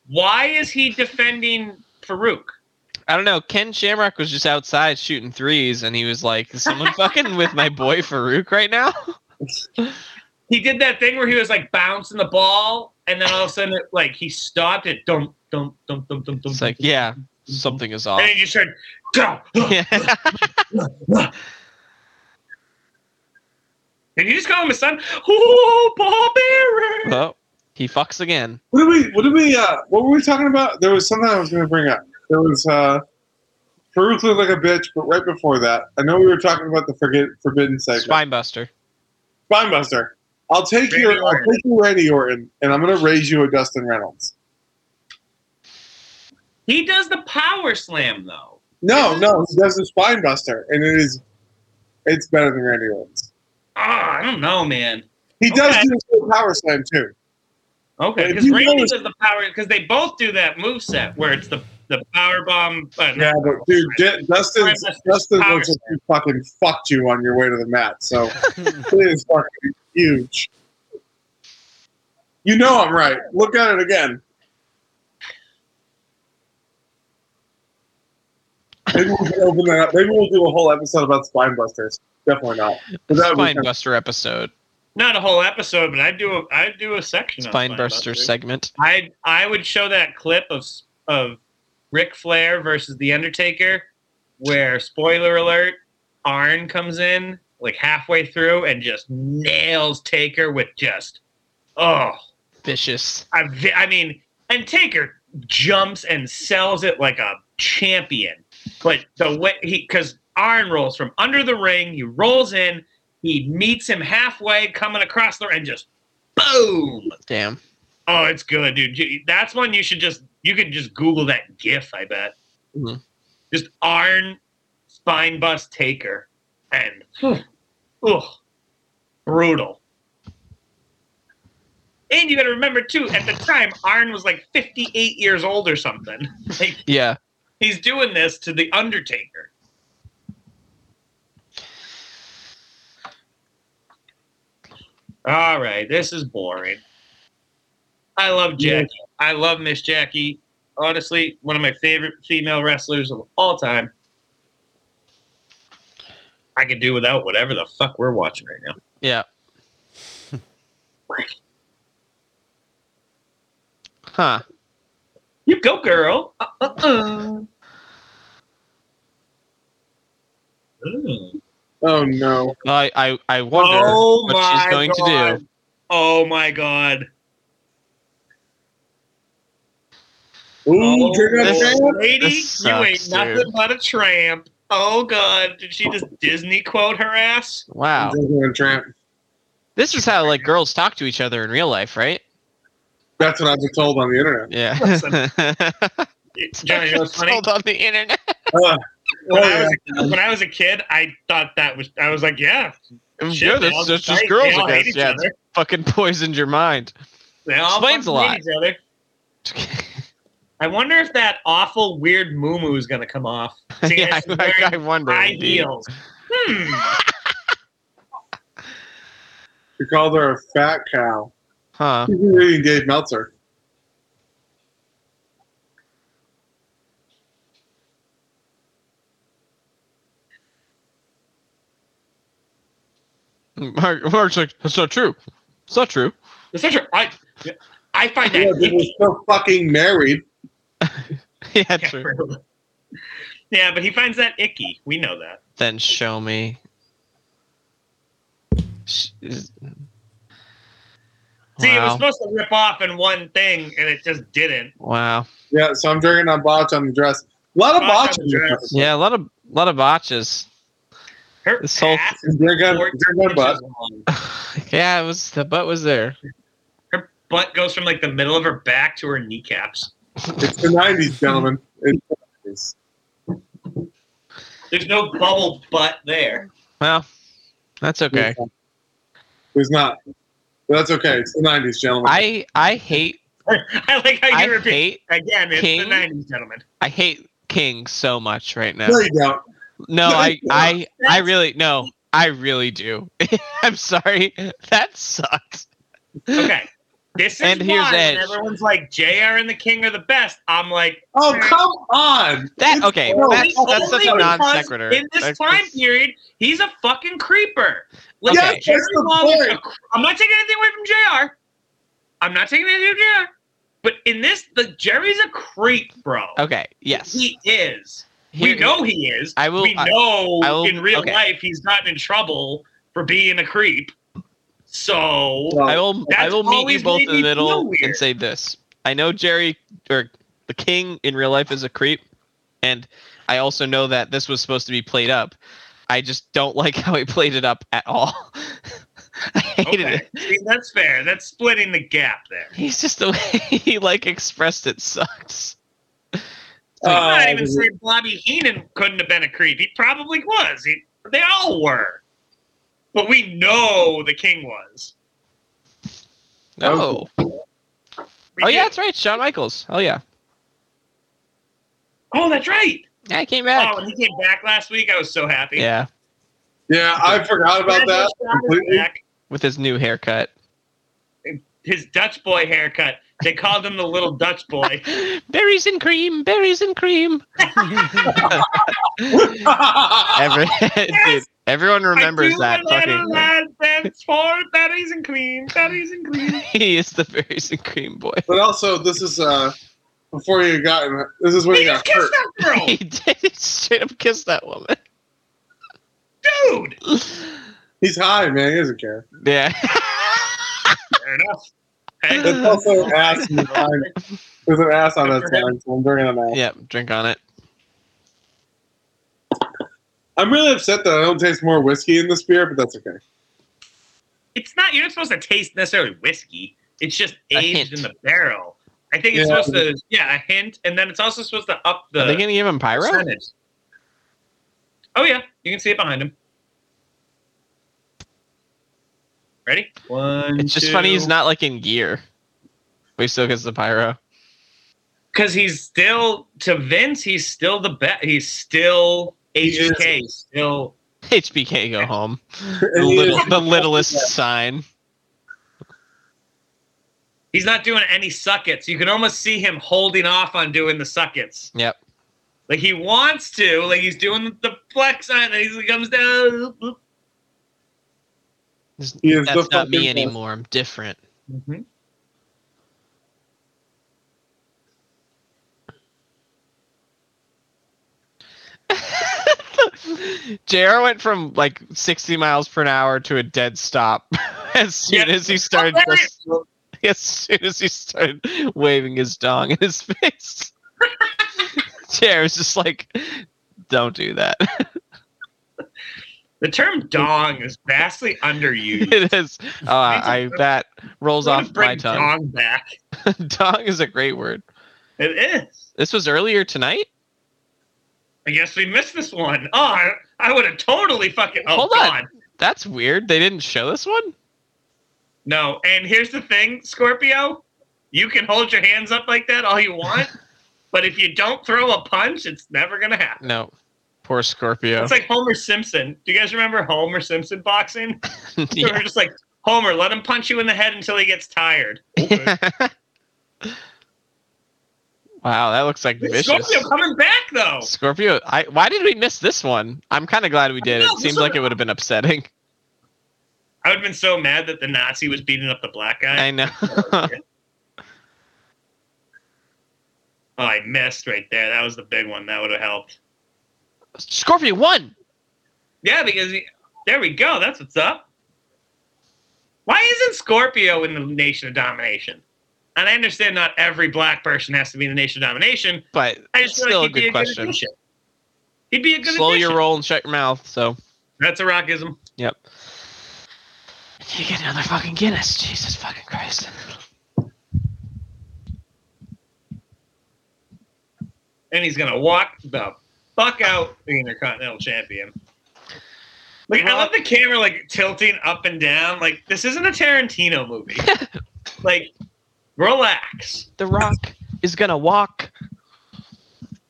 Why is he defending Farouk? I don't know. Ken Shamrock was just outside shooting threes, and he was like, "Is someone fucking with my boy Farouk right now?" He did that thing where he was like bouncing the ball, and then all of a sudden, it, like he stopped it. Dump, dump, dump, dump, dump, dump. It's like, dump, yeah, something is off. And he just said, "Go!" Yeah. Did you just call him his son? Oh, ball bearer. well, he fucks again. What did we? What did we? Uh, what were we talking about? There was something I was going to bring up. There was uh, Farouk looked like a bitch, but right before that, I know we were talking about the forget, forbidden segment. Spinebuster. Spinebuster. I'll take Randy your I'll Orton. take your Randy Orton, and I'm going to raise you a Dustin Reynolds. He does the power slam though. No, no, he does the Spinebuster, and it is it's better than Randy Orton's. Ah, I don't know, man. He does Okay. do the full power slam too. Okay, If because you Randy notice- does the power because they both do that move set where it's the the power bomb. Uh, Yeah, but dude, get, Dustin Spinebuster's Dustin power looks like he fucking fucked you on your way to the mat. So it is fucking huge. You know I'm right. Look at it again. Maybe we'll open that up. Maybe we'll do a whole episode about spinebusters. Definitely not. But that would be- Spinebuster episode. not a whole episode, but I do a I do a section. on Spinebuster segment. I I would show that clip of of Ric Flair versus The Undertaker, where spoiler alert, Arn comes in like halfway through and just nails Taker with just oh Vicious. I, vi- I mean and Taker jumps and sells it like a champion, but the way he because Arn rolls from under the ring, he rolls in, he meets him halfway coming across the and just boom. Damn. Oh, it's good, dude. You- That's one you should just you could just Google that GIF. I bet. Mhm. Just Arn spine bust taker and ugh, brutal. And you got to remember too, at the time Arn was like 58 years old or something. Like Yeah. he's doing this to the Undertaker. All right, this is boring. I love Jackie. I love Miss Jackie. Honestly, one of my favorite female wrestlers of all time. I could do without whatever the fuck we're watching right now. Yeah. huh. You go, girl. Uh, uh, uh. Mm. oh no. I I, I wonder what she's going to do. Oh my god. Ooh, Oh, turn that this- fan? lady, this you ain't sucks, nothing dude. but a tramp. Oh god, did she just Disney quote her ass? Wow. Disney and Tramp. This is how like girls talk to each other in real life, right? That's what I was told on the internet. Yeah. Johnny, you know what's funny? Sold on the internet. Uh, When I, yeah. was a, when I was a kid, I thought that was I was like, yeah, shit, yeah, they that's, all that's fight, just girls, they all I hate guess. each Yeah, other. it's fucking poisoned your mind. They all Explains a fucking hate lot. Each other. I wonder if that awful weird moo moo is gonna come off. See, yeah, it's I, wearing I, I wonder. high indeed. heels. Hmm. She called her a fat cow. Huh. She's been reading Dave Meltzer. Mark, Mark's like, that's not true. It's not true. It's such a, I, I find that Yeah, they were icky. still fucking married. yeah, Yeah, true. really. Yeah, but he finds that icky. We know that. Then show me. Sh- is- See, it was Wow. supposed to rip off in one thing, and it just didn't. wow. Yeah, so I'm drinking on botch on the dress. A lot of Botch botch on on the the dress. dress. Yeah, a lot of lot of botches. Her This whole- ass is And Drink on, 14 drink on inches butt. long. yeah, it was the butt was there. Her butt goes from like the middle of her back to her kneecaps. It's the 90s, gentlemen. It's the 90s. There's no bubble butt there. Well, that's okay. There's not. But that's okay. It's the 90s, gentlemen. I I hate I like how I you repeat hate again. It's King? the '90s, gentlemen. I hate King so much right now. no, you don't. No, No, I you I I really no, I really do. I'm sorry. That sucks. Okay, This is And here's why when Edge. everyone's like, JR and the King are the best. I'm like, Oh come on! That okay? No, That's, only- that's such a only non because sequitur. In this That's- time period, he's a fucking creeper. Like, Yes, Jerry that's the Long is a point. cr- I'm not taking anything away from JR. I'm not taking anything from JR. But in this, the Jerry's a creep, bro. Okay. Yes. He is. Here- we know he is. I will- uh, We I- know I will- in real okay. life he's gotten in trouble for being a creep. So I will. I That's will meet you always both made in the me feel middle and weird. say this. I know Jerry or the King in real life is a creep, and I also know that this was supposed to be played up. I just don't like how he played it up at all. I hated okay. it. See, that's fair. That's splitting the gap there. He's just the way he like expressed it sucks. Like, I'm not Oh, even dude. saying Bobby Heenan couldn't have been a creep. He probably was. He, they all were. But we know the king was. No. We Oh yeah, do. that's right. Shawn Michaels. Oh yeah. Oh, that's right. Yeah, he came back. Oh, when he came back last week, I was so happy. Yeah, Yeah, I forgot about that completely. Back, with his new haircut. his Dutch boy haircut. They called him the little Dutch boy. Berries and cream. Berries and cream. Uh-uh. Every, dude, everyone remembers that fucking. thing. That's for berries and cream, berries and cream. He is the berries and cream boy. but also, this is uh before you got this is when He you just got kissed hurt. that girl, He did he straight up kiss that woman. dude. He's high, man. He doesn't care. Yeah. Fair enough. Hey, There's also an ass. In the line. There's an ass on that sign, so I'm bringing an ass. yep. Drink on it. I'm really upset that I don't taste more whiskey in this beer, but that's okay. it's not you're not supposed to taste necessarily whiskey. It's just A aged hint. in the barrel. I think it's Yeah. supposed to yeah, a hint, and then it's also supposed to up Are they the gonna give him pyro? percentage. Oh yeah, you can see it behind him. Ready? One. It's just funny he's not like in gear. But he still gets the pyro. because he's still to Vince. He's still the best. He's still He is. HBK. Still HBK go home. The, And he little, is- the littlest sign. he's not doing any suckets. You can almost see him holding off on doing the suckets. Yep. Like he wants to, like he's doing the flex on it, and he comes down. he is the That's not me fucking- anymore. I'm different. JR went from like 60 miles per hour to a dead stop as soon Yeah. as he started. as soon as he started waving his dong in his face, JR was just like, "Don't do that." The term dong is vastly underused. it is. Uh, I that rolls I'm gonna off my bring tongue. dong back. Dong. is a great word. It is. This was earlier tonight. I guess we missed this one. Oh, I, I would have totally fucking. Oh, Hold on. God. That's weird. They didn't show this one. No. And here's the thing, Scorpio. You can hold your hands up like that all you want, but if you don't throw a punch, it's never gonna happen. No, poor Scorpio. It's like Homer Simpson. Do you guys remember Homer Simpson boxing? So Yeah. We're just like Homer. Let him punch you in the head until he gets tired. wow, that looks like vicious. Scorpio coming back though. Scorpio, I why did we miss this one? I'm kind of glad we did. know, It this seems one- like it would have been upsetting. I would have been so mad that the Nazi was beating up the black guy. I know. oh, I missed right there. That was the big one. That would have helped. Scorpio won. Yeah, because he, there we go. That's what's up. Why isn't Scorpio in the Nation of Domination? And I understand not every black person has to be in the Nation of Domination. But I just feel still like a he'd be good question. addition. he'd be a good Slow your addition. roll and shut your mouth. So, That's a rockism. yep. Take another fucking Guinness. Jesus fucking Christ. and he's gonna walk the fuck out the Intercontinental Champion. Like I love the camera like tilting up and down. Like this isn't a Tarantino movie. like relax. The Rock is gonna walk.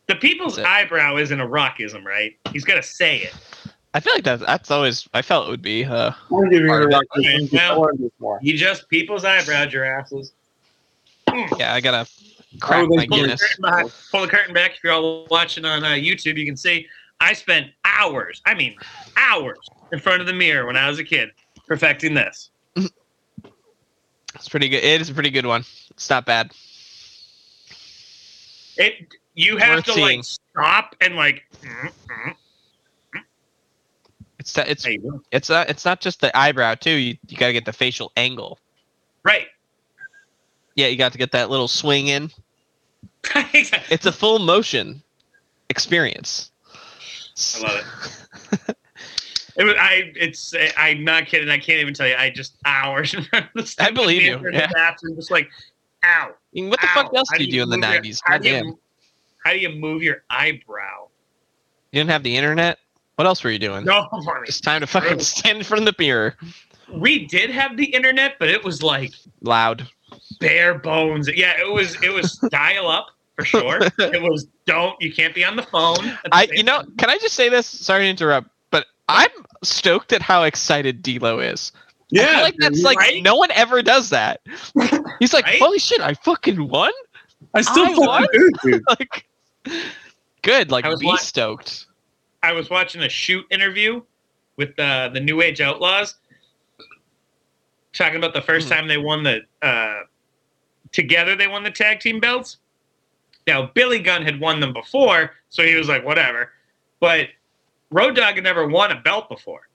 The people's That's it. eyebrow isn't a rockism, right? He's gotta say it. I feel like that's that's always I felt it would be. Uh, I'm giving it a rock. Okay, I'm giving well- oranges more. You just people's eyebrow asses. yeah, I gotta Oh, crack my then Pull pull the, Guinness. curtain behind, pull the curtain back. If you're all watching on uh, YouTube, you can see I spent hours, I mean hours, in front of the mirror when I was a kid perfecting this. It's pretty good. It is a pretty good one. It's not bad. It you have Worth to seeing. like stop and like. mm, mm, It's it's there you go. it's not it's not just the eyebrow too. You you gotta get the facial angle. Right. Yeah, you got to get that little swing in. It's a full motion experience. I love It was, I it's I'm not kidding. I can't even tell you. I just hours in front of the I believe you, in the yeah. bathroom, just like, ow. I mean, what the ow. fuck else How did you do in the move your- nineties? how, do Goddamn, you you, how do you move your eyebrow? didn't have the internet. What else were you doing? No, funny. It's time to fucking True. stand in front of the mirror. we did have the internet, but it was like Loud. bare bones. Yeah, it was it was dial up for sure. It was don't you can't be on the phone. at the I same you know, time. can I just say this? Sorry to interrupt, but I'm stoked at how excited D'Lo is. I feel Yeah, like that's like right? no one ever does that. He's like, Right? holy shit, I fucking won! I still I fucking won? do, dude. like, good, like I was be wa- stoked. I was watching a shoot interview with uh, the New Age Outlaws, talking about the 1st Mhm. time they won the uh, together they won the tag team belts. Now Billy Gunn had won them before, so he was like whatever, but Road Dogg had never won a belt before.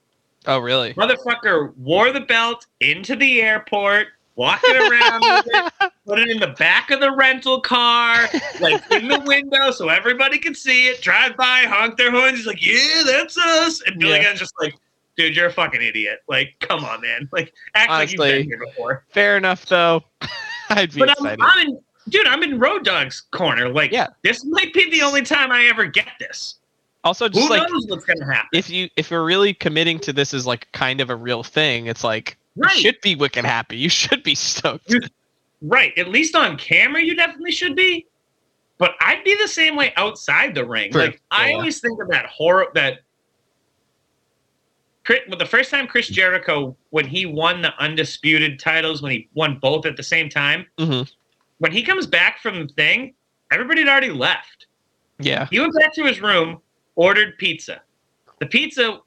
Oh really? Motherfucker wore the belt into the airport, walking around with it, put it in the back of the rental car, like in the window so everybody could see it, drive by, honk their horns. He's like, yeah, that's us. And Billy Yeah. Gunn's just like, dude, you're a fucking idiot. Like, come on, man. Like, act like Honestly, you've been here before. Fair enough though. I'd be But um, I'm, excited. I'm in, dude, I'm in Road Dogg's corner. Like, Yeah. this might be the only time I ever get this. also, Who just like knows what's going to happen? if you if we're really committing to this as like kind of a real thing, it's like Right. you should be wicked happy. You should be stoked. You- Right. At least on camera, you definitely should be. But I'd be the same way outside the ring. True. Like I Yeah. always think of that horror that. Chris- well, the first time Chris Jericho, when he won the undisputed titles, when he won both at the same time, Mhm. when he comes back from the thing, everybody had already left. Yeah. He went back to his room, ordered pizza. The pizza,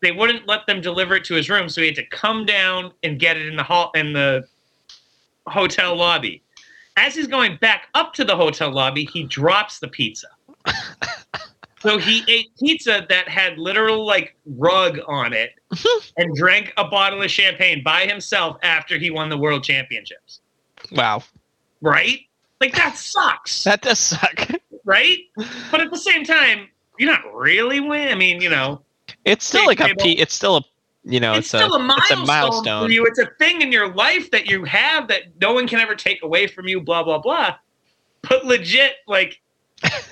they wouldn't let them deliver it to his room, so he had to come down and get it in the hall in the hotel lobby. As he's going back up to the hotel lobby, he drops the pizza. so he ate pizza that had literal like rug on it and drank a bottle of champagne by himself after he won the world championships. Wow. Right? Like that sucks That does suck. right? But at the same time, you're not really winning. I mean, you know, It's still Hey, like a Mabel. p. It's still a you know. it's, still a, milestone It's a milestone. for you. It's a thing in your life that you have that no one can ever take away from you. Blah blah blah. But legit, like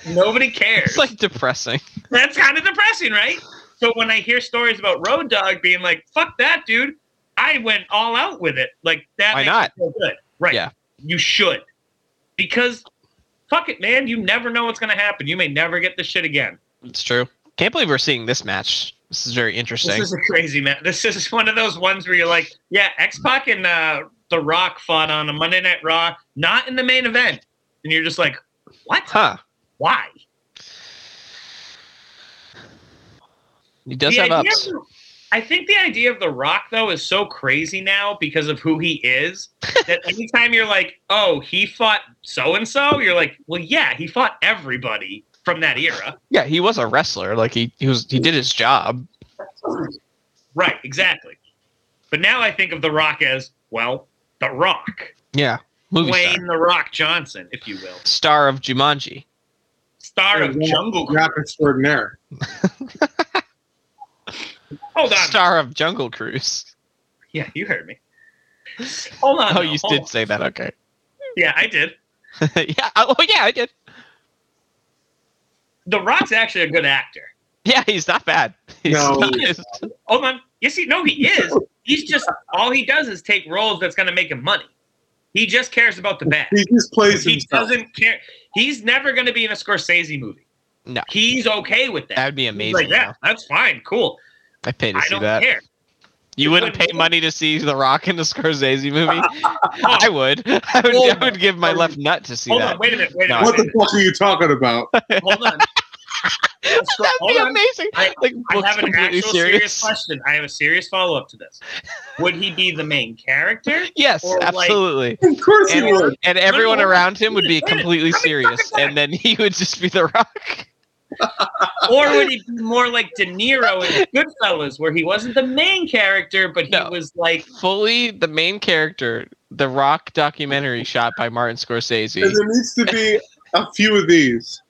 nobody cares. It's like depressing. That's kind of depressing, right? So when I hear stories about Road Dog being like, "Fuck that, dude," I went all out with it. Like that. Why makes me not? feel good, right? Yeah. You should, because fuck it, man. You never know what's gonna happen. You may never get this shit again. It's true. Can't believe we're seeing this match. This is very interesting. This is a crazy match. This is one of those ones where you're like, yeah, X Pac and uh, The Rock fought on a Monday Night Raw, not in the main event, and you're just like, what? huh. Why? He does The have idea ups. of- I think the idea of The Rock though is so crazy now because of who he is that anytime you're like, oh, he fought so and so, you're like, well, yeah, he fought everybody from that era. Yeah, he was a wrestler. Like he, he was he did his job. Right, exactly. But now I think of The Rock as, well, The Rock. Yeah. Movie Wayne star. The Rock Johnson, if you will. Star of Jumanji. Star of Yeah, Jungle Cruise. Rap extraordinaire. Hold on. Star of Jungle Cruise. Yeah, you heard me. Hold on. Oh, though, you hold did on. say that. Okay. Yeah, I did. yeah. Oh yeah, I did. The Rock's actually a good actor. Yeah, he's not bad. He's No. not- he's- Hold on. Yes, he, no, he is. He's just all he does is take roles that's going to make him money. He just cares about the bag. He just plays He himself. doesn't care. He's never going to be in a Scorsese movie. No. He's okay with that. that'd be He's amazing. like, yeah, though. that's fine. Cool. I pay to I see don't that. care. You wouldn't pay wouldn't- money to see The Rock in the Scorsese movie? I would. I would, I would give my left nut to see Hold that. on, wait a minute, wait a No, What minute, the fuck are you talking about? hold on. That'd Hold be on. amazing. I- like, I looks have an completely actual serious? question. I have a serious follow up to this. Would he be the main character? Yes, or, like- absolutely. Of course And, you would. and everyone no, around him would be wait a minute, completely let me serious, fucking and then he would just be The Rock. Or would he be more like De Niro in Goodfellas, where he wasn't the main character, but he No. was like, Fully the main character, The Rock documentary shot by Martin And Scorsese. there needs to be a few of these.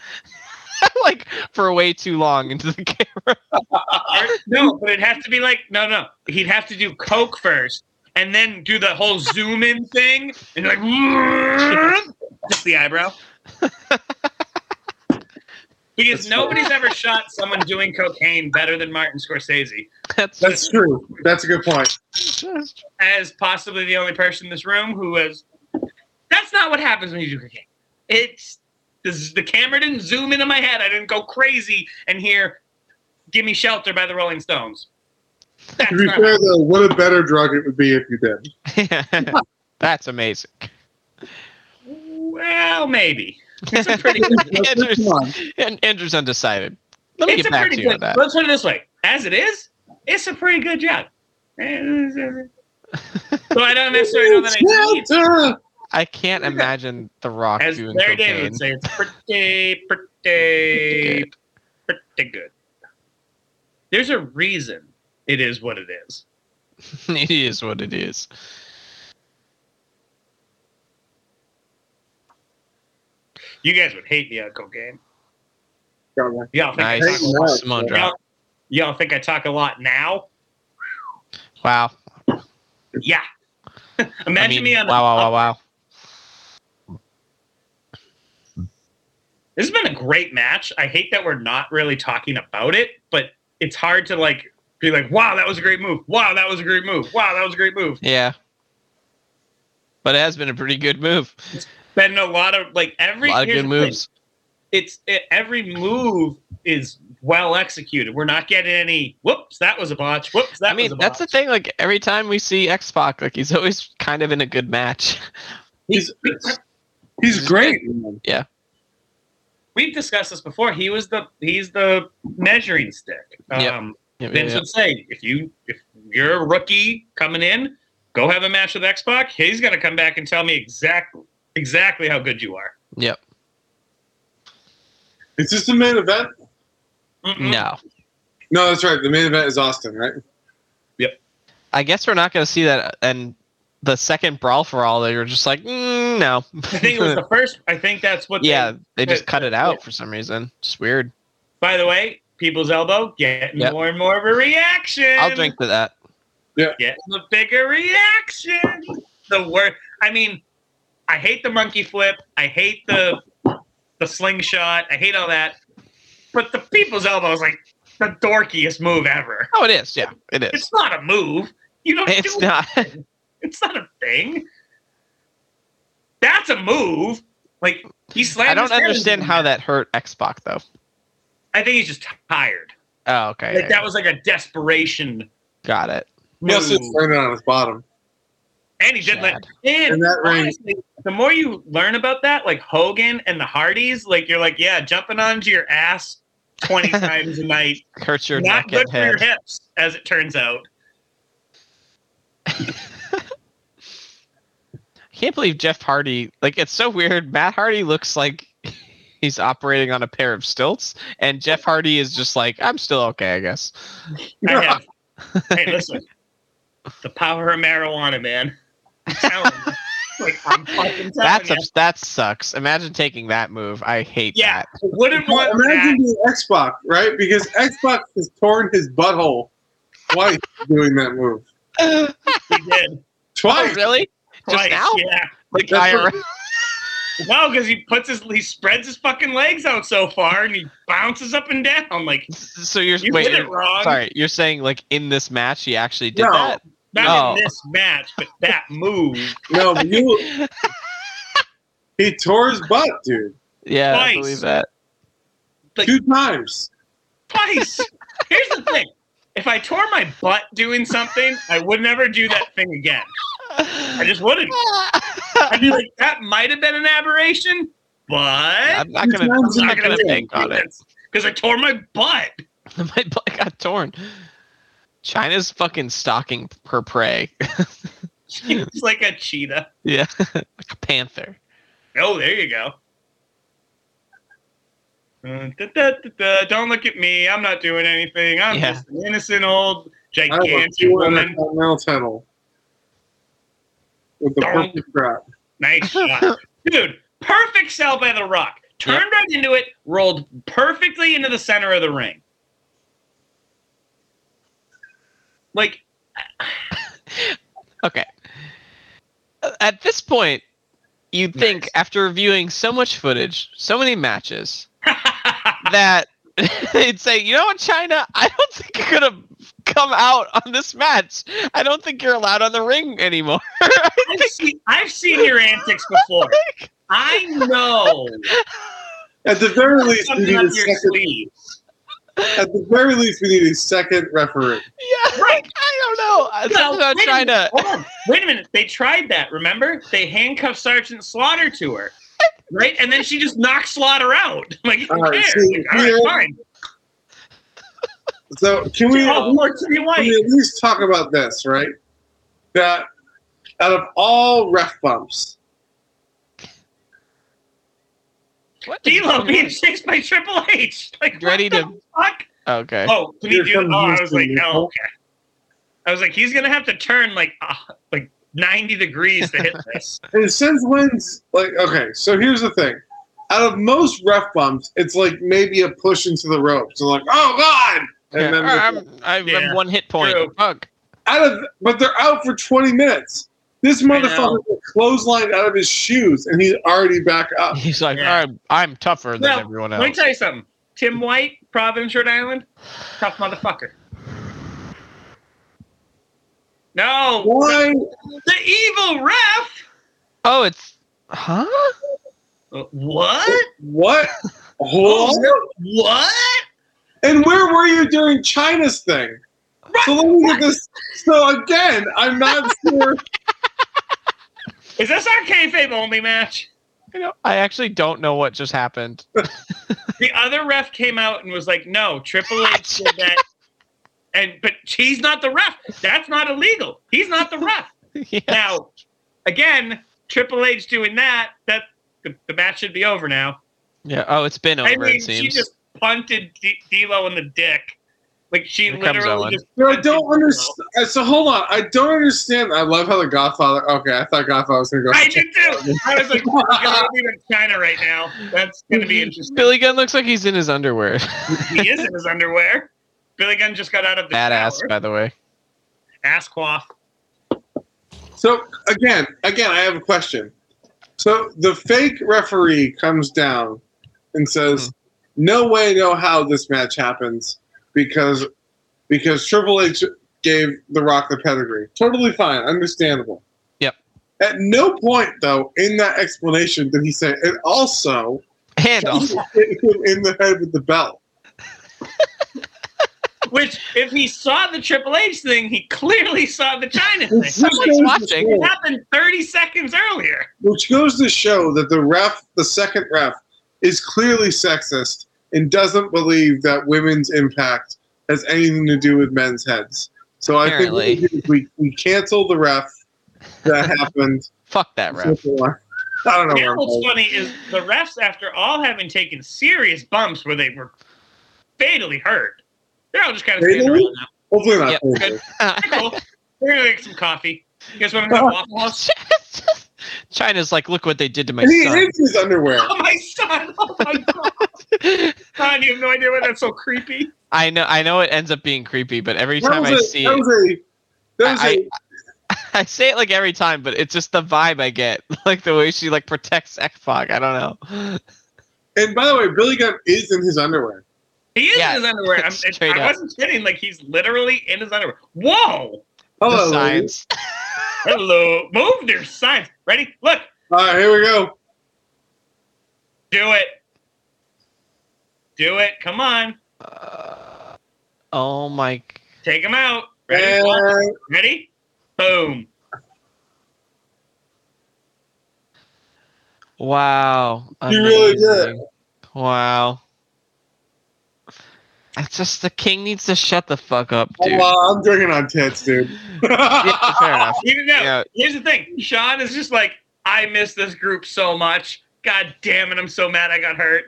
like, for way too long into the camera. or- no, but it'd have to be like, no, no. He'd have to do Coke first and then do the whole zoom in thing and like, just the eyebrow. Because That's funny. nobody's ever shot someone doing cocaine better than Martin Scorsese. That's, That's true. That's a good point. just- as possibly the only person in this room who has. That's not what happens when you do cocaine. It's this, the camera didn't zoom into my head. I didn't go crazy and hear "Give Me Shelter" by the Rolling Stones. That's To be not fair, though, what a better drug it would be if you did. that's amazing. well, maybe it's a pretty. Good, Andrew's, Come on. and Andrew's undecided. Let me it's a get back pretty to you on good. that. Let's put it this way: as it is, it's a pretty good job. so I don't necessarily know that I need. Shelter! I can't imagine The Rock As doing Larry David cocaine. would say, it's pretty, pretty, pretty good. There's a reason it is what it is. it is what it is. You guys would hate me on cocaine. Probably. Y'all think I talk Nice. a lot. Nice. Simone drop. Y'all, y'all think I talk a lot now? Wow. Yeah. Imagine I mean, me on. wow, wow, wow, wow. This has been a great match. I hate that we're not really talking about it, but it's hard to like be like, "Wow, that was a great move. Wow, that was a great move. Wow, that was a great move." Yeah. But it has been a pretty good move. Been a lot of like A every lot of here's good the thing. moves. it's it, every move is well executed. We're not getting any whoops, that was a botch. Whoops, that I mean, was a that's the botch. thing. Like every time we see X Pac, like he's always kind of in a good match. He's, he's great. We've discussed this before. He was the he's the measuring stick. Yep. Um Yeah, yeah, Vince yeah. would say, if you if you're a rookie coming in, go have a match with X Pac. He's gonna come back and tell me exactly exactly how good you are. Yep. It's just the main event. Mm-mm. No. No, that's right. The main event is Austin, right? I guess we're not going to see that. And the second brawl for all, they were just like, mm, no. I think it was the first I think that's what they- yeah, they just uh, cut it out for some reason. It's weird. by the way, people's elbow getting Yep. more and more of a reaction. I'll drink to that. getting the bigger reaction. The worst. I mean, I hate the monkey flip. I hate the the slingshot. I hate all that. But the people's elbow is like the dorkiest move ever. Oh, it is. Yeah, it is. It's not a move. You don't It's do not. It's not a thing. That's a move. Like he slammed. I don't his head understand into how him. that hurt Xbox though. I think he's just tired. Oh, okay. Like that was like a desperation Got it. move. Plus, it's landed on his bottom. And he did Sad. let in. In that ring. honestly, the more you learn about that, like Hogan and the Hardys, like you're like, yeah, jumping onto your ass twenty times a night, Hurts your not neck good and for your head. hips, as it turns out. I can't believe Jeff Hardy. Like it's so weird. Matt Hardy looks like he's operating on a pair of stilts, and Jeff Hardy is just like, I'm still okay, I guess. I have. hey, listen, the power of marijuana, man. I'm telling you. Like, I'm fucking telling That's you. ups that sucks. Imagine taking that move. I hate yeah. that. I Wouldn't want that. Imagine being Xbox, right? Because Xbox has torn his butthole twice doing that move. oh, He did Twice. Oh, really? Just twice. now? Yeah. Like That's IRL? No, because he puts his he spreads his fucking legs out so far and he bounces up and down like So you're you wait. did it you're- wrong. Sorry, you're saying like in this match he actually did No. that? Not No. in this match, but that move. No, but you. He tore his butt, dude, Yeah, I Twice. believe that. Like two times. twice. Here's the thing. if I tore my butt doing something, I would never do that thing again. I just wouldn't. I'd be like, that might have been an aberration, but I'm not gonna. I'm not gonna bank on it. because I tore my butt. My butt got torn. China's fucking stalking her prey. It's like a cheetah. yeah, like a panther. Oh, there you go. Uh, da, da, da, da, Don't look at me. I'm not doing anything. I'm Yeah. just an innocent old I have a gigantic four in a woman. Continental tunnel with the Darn. perfect crop. Nice shot. Dude, perfect sell by the rock. Turned right into it, rolled perfectly into the center of the ring. Like, Okay. Uh, At this point, you'd think Nice. after reviewing so much footage, so many matches, that they'd say, you know what, China, I don't think you're gonna come out on this match. I don't think you're allowed on the ring anymore. I've seen, I've seen your antics before. I know. At the very least, we Something need up a your second. sleeve. At the very least, we need a second referee. yeah, Right. I don't know. Uh, Something about wait a minute, China. hold on. Wait a minute. They tried that, remember? They handcuffed Sergeant Slaughter to her. Right? And then she just knocked Slaughter out. Like, who All right, cares? see, Like, all right, here- fine. So can we? Oh, Lord, Kitty Can White. we at least talk about this, right? That out of all ref bumps, What? D'Lo being chased by Triple H. Like, You ready what the to- fuck? Okay. Oh, can he Here do? Oh, comes I was Houston, like, no. Nicole. Okay. I was like, he's gonna have to turn like uh, like ninety degrees to hit this. and since when's like okay? So here's the thing: out of most ref bumps, it's like maybe a push into the ropes, and like, oh god, and Yeah. then I'm, I'm, Yeah, I'm one hit point. true. Fuck. out of but they're out for 20 minutes. This motherfucker know. was clotheslined out of his shoes, and he's already back up. He's like, Yeah. I'm, I'm tougher than Well, everyone Let me else. tell you something. Tim White, Providence, Rhode Island, tough motherfucker. No, Why? the evil ref. oh, it's. Huh? Uh, What? What? Oh, What? What? And where were you during China's thing? So let me get this. So again, I'm not sure. Is this our kayfabe only match? You know, I actually don't know what just happened. The other ref came out and was like, "No, Triple H did that." And but he's not the ref. That's not illegal. He's not the ref. yeah. Now, again, Triple H doing that, that the, the match should be over now. Yeah. Oh, it's been over. I mean, it she seems. just punted D- D'Lo in the dick. Like she Here comes literally Owen. just. No, I don't understand. So hold on. I don't understand. I love how the Godfather. Okay, I thought Godfather was gonna go. I did too. I was like, "We're gonna be in China right now. That's gonna be interesting." Billy Gunn looks like he's in his underwear. he is in his underwear. Billy Gunn just got out of the Badass, shower. by the way. ass quaff. So again, again, I have a question. So the fake referee comes down and says, "No way, no how this match happens because because Triple H gave The Rock the pedigree. Totally fine, understandable." Yep. At no point though in that explanation did he say, "And also And also, hit him in the head with the belt." Which, if he saw the Triple H thing, he clearly saw the China thing. Which Someone's goes to watching. show- It happened 30 seconds earlier. Which goes to show that the ref, the second ref, is clearly sexist and doesn't believe that women's impact has anything to do with men's heads. So I Apparently. think what we, do is we, we cancel the ref that happened. fuck that ref. I don't know. where Now I'm what's going. funny is the refs, after all having taken serious bumps where they were fatally hurt, they're all just kind of standing Fatally? around now. Hopefully not. Yep. Thursday. They're cool. They're gonna make some coffee. You guys want to go to Waffle House? China's like, look what they did to my And he son. is his underwear. Oh my son! Oh my god! Son, you have no idea why that's so creepy. I know, I know, it ends up being creepy, but every That time was I a- see that it, was a. That was I- a- I say it like every time, but it's just the vibe I get, like the way she like protects Ekfog. I don't know. and by the way, Billy Gunn is in his underwear. He is Yeah, in his underwear. I'm, it, straight I up. wasn't kidding. Like he's literally in his underwear. Whoa! Hello. the ladies. signs. Hello. Move their signs. Ready? Look. All right, here we go. Do it. Do it. Come on. Uh, oh my Take them out. Ready? One, And- Ready? Boom. Wow. You really did it. Amazing. Wow. It's just the king needs to shut the fuck up, Oh, dude. Well, I'm drinking on tits, dude. Yeah, fair enough. Even though, Yeah. here's the thing Sean is just like, I miss this group so much. God damn it, I'm so mad I got hurt.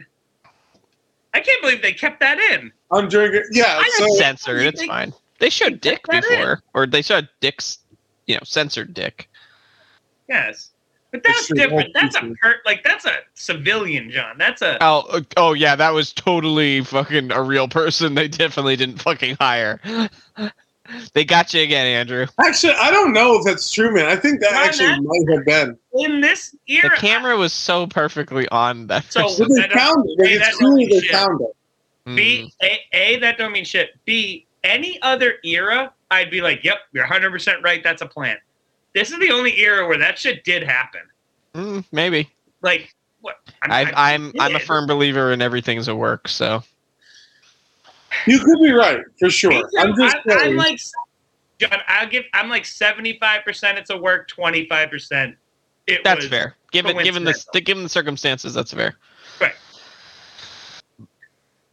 I can't believe they kept that in. I'm drinking. Yeah. I So didn't censor it. It's They- fine. They showed dick that in. before, or they showed dicks, you know, censored dick. Yes. But that's It's true. different. That's a That's hurt. Like, that's a civilian, John. That's a. Oh, uh, oh yeah, that was totally fucking a real person. They definitely didn't fucking hire. they got you again, Andrew. actually, I don't know if that's true, man. I think that No, actually man. might have been. in this The era. camera was so perfectly on that. So- person. But they That doesn't- found it. Like, hey, it's that doesn't cool they shit. found it. Mm. B, a, a, that don't mean shit. B, any other era, I'd be like, yep, you're 100% right. That's a plan. This is the only era where that shit did happen. Mm, maybe. Like, what? I'm, I, I'm- I'm I'm a did. firm believer in everything's a work. So You could be right for sure. Me too. I'm just I'm, saying. I'm like, John, I'll give, I'm like 75% it's a work, 25% it that's was- fair. Given given the, coincidental. the given the circumstances, that's fair.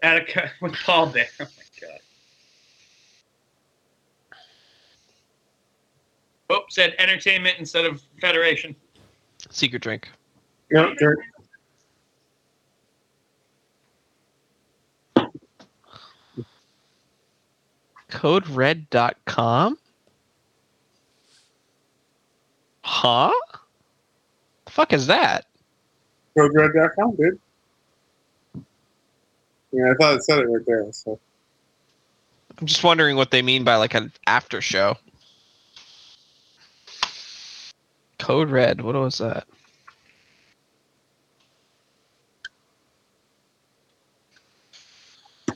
At a, co- with Paul there. Oh my God. Oops, said entertainment instead of federation. Secret drink. Yeah, they're- CodeRed.com? Huh? fuck is that? CodeRed.com, dude. Yeah, I thought it said it right there. So I'm just wondering what they mean by like an after show. Code Red, what was that?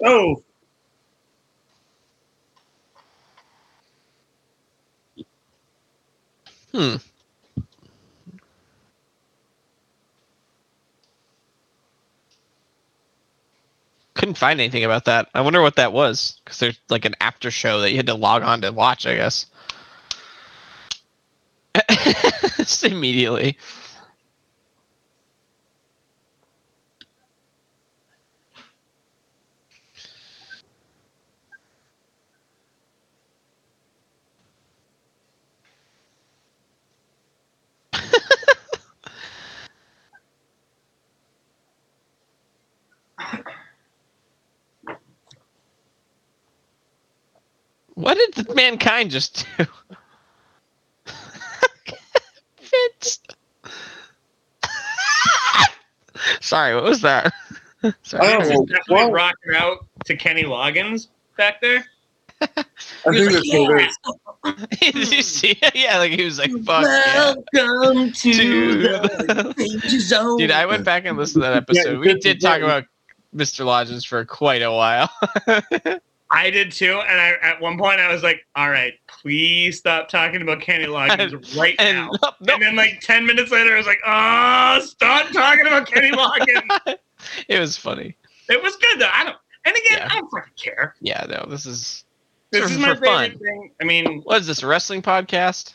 oh, Hmm. Couldn't find anything about that. I wonder what that was. Because there's like an after show that you had to log on to watch, I guess. Just immediately. What did mankind just do? Vince. Sorry, what was that? Sorry. I don't know. Definitely Oh, Well, rocking out to Kenny Loggins back there. I think that's what it is. Did Hmm. you see? Yeah, like he was like, "Fuck yeah." Welcome to Dude. danger zone. Dude, I went back and listened to that Yeah, episode. We good did to talk know. about Mr. Lodgins for quite a while. I did too, and I at one point I was like, "All right, please stop talking about Kenny Loggins right And now." nope, nope, And then like ten minutes later, I was like, "Ah, stop talking about Kenny Loggins." it was funny. it was good though. I don't. And again, Yeah. I don't fucking care. Yeah, no, this is This This is is my for favorite fun. thing. I mean, what is this a wrestling podcast?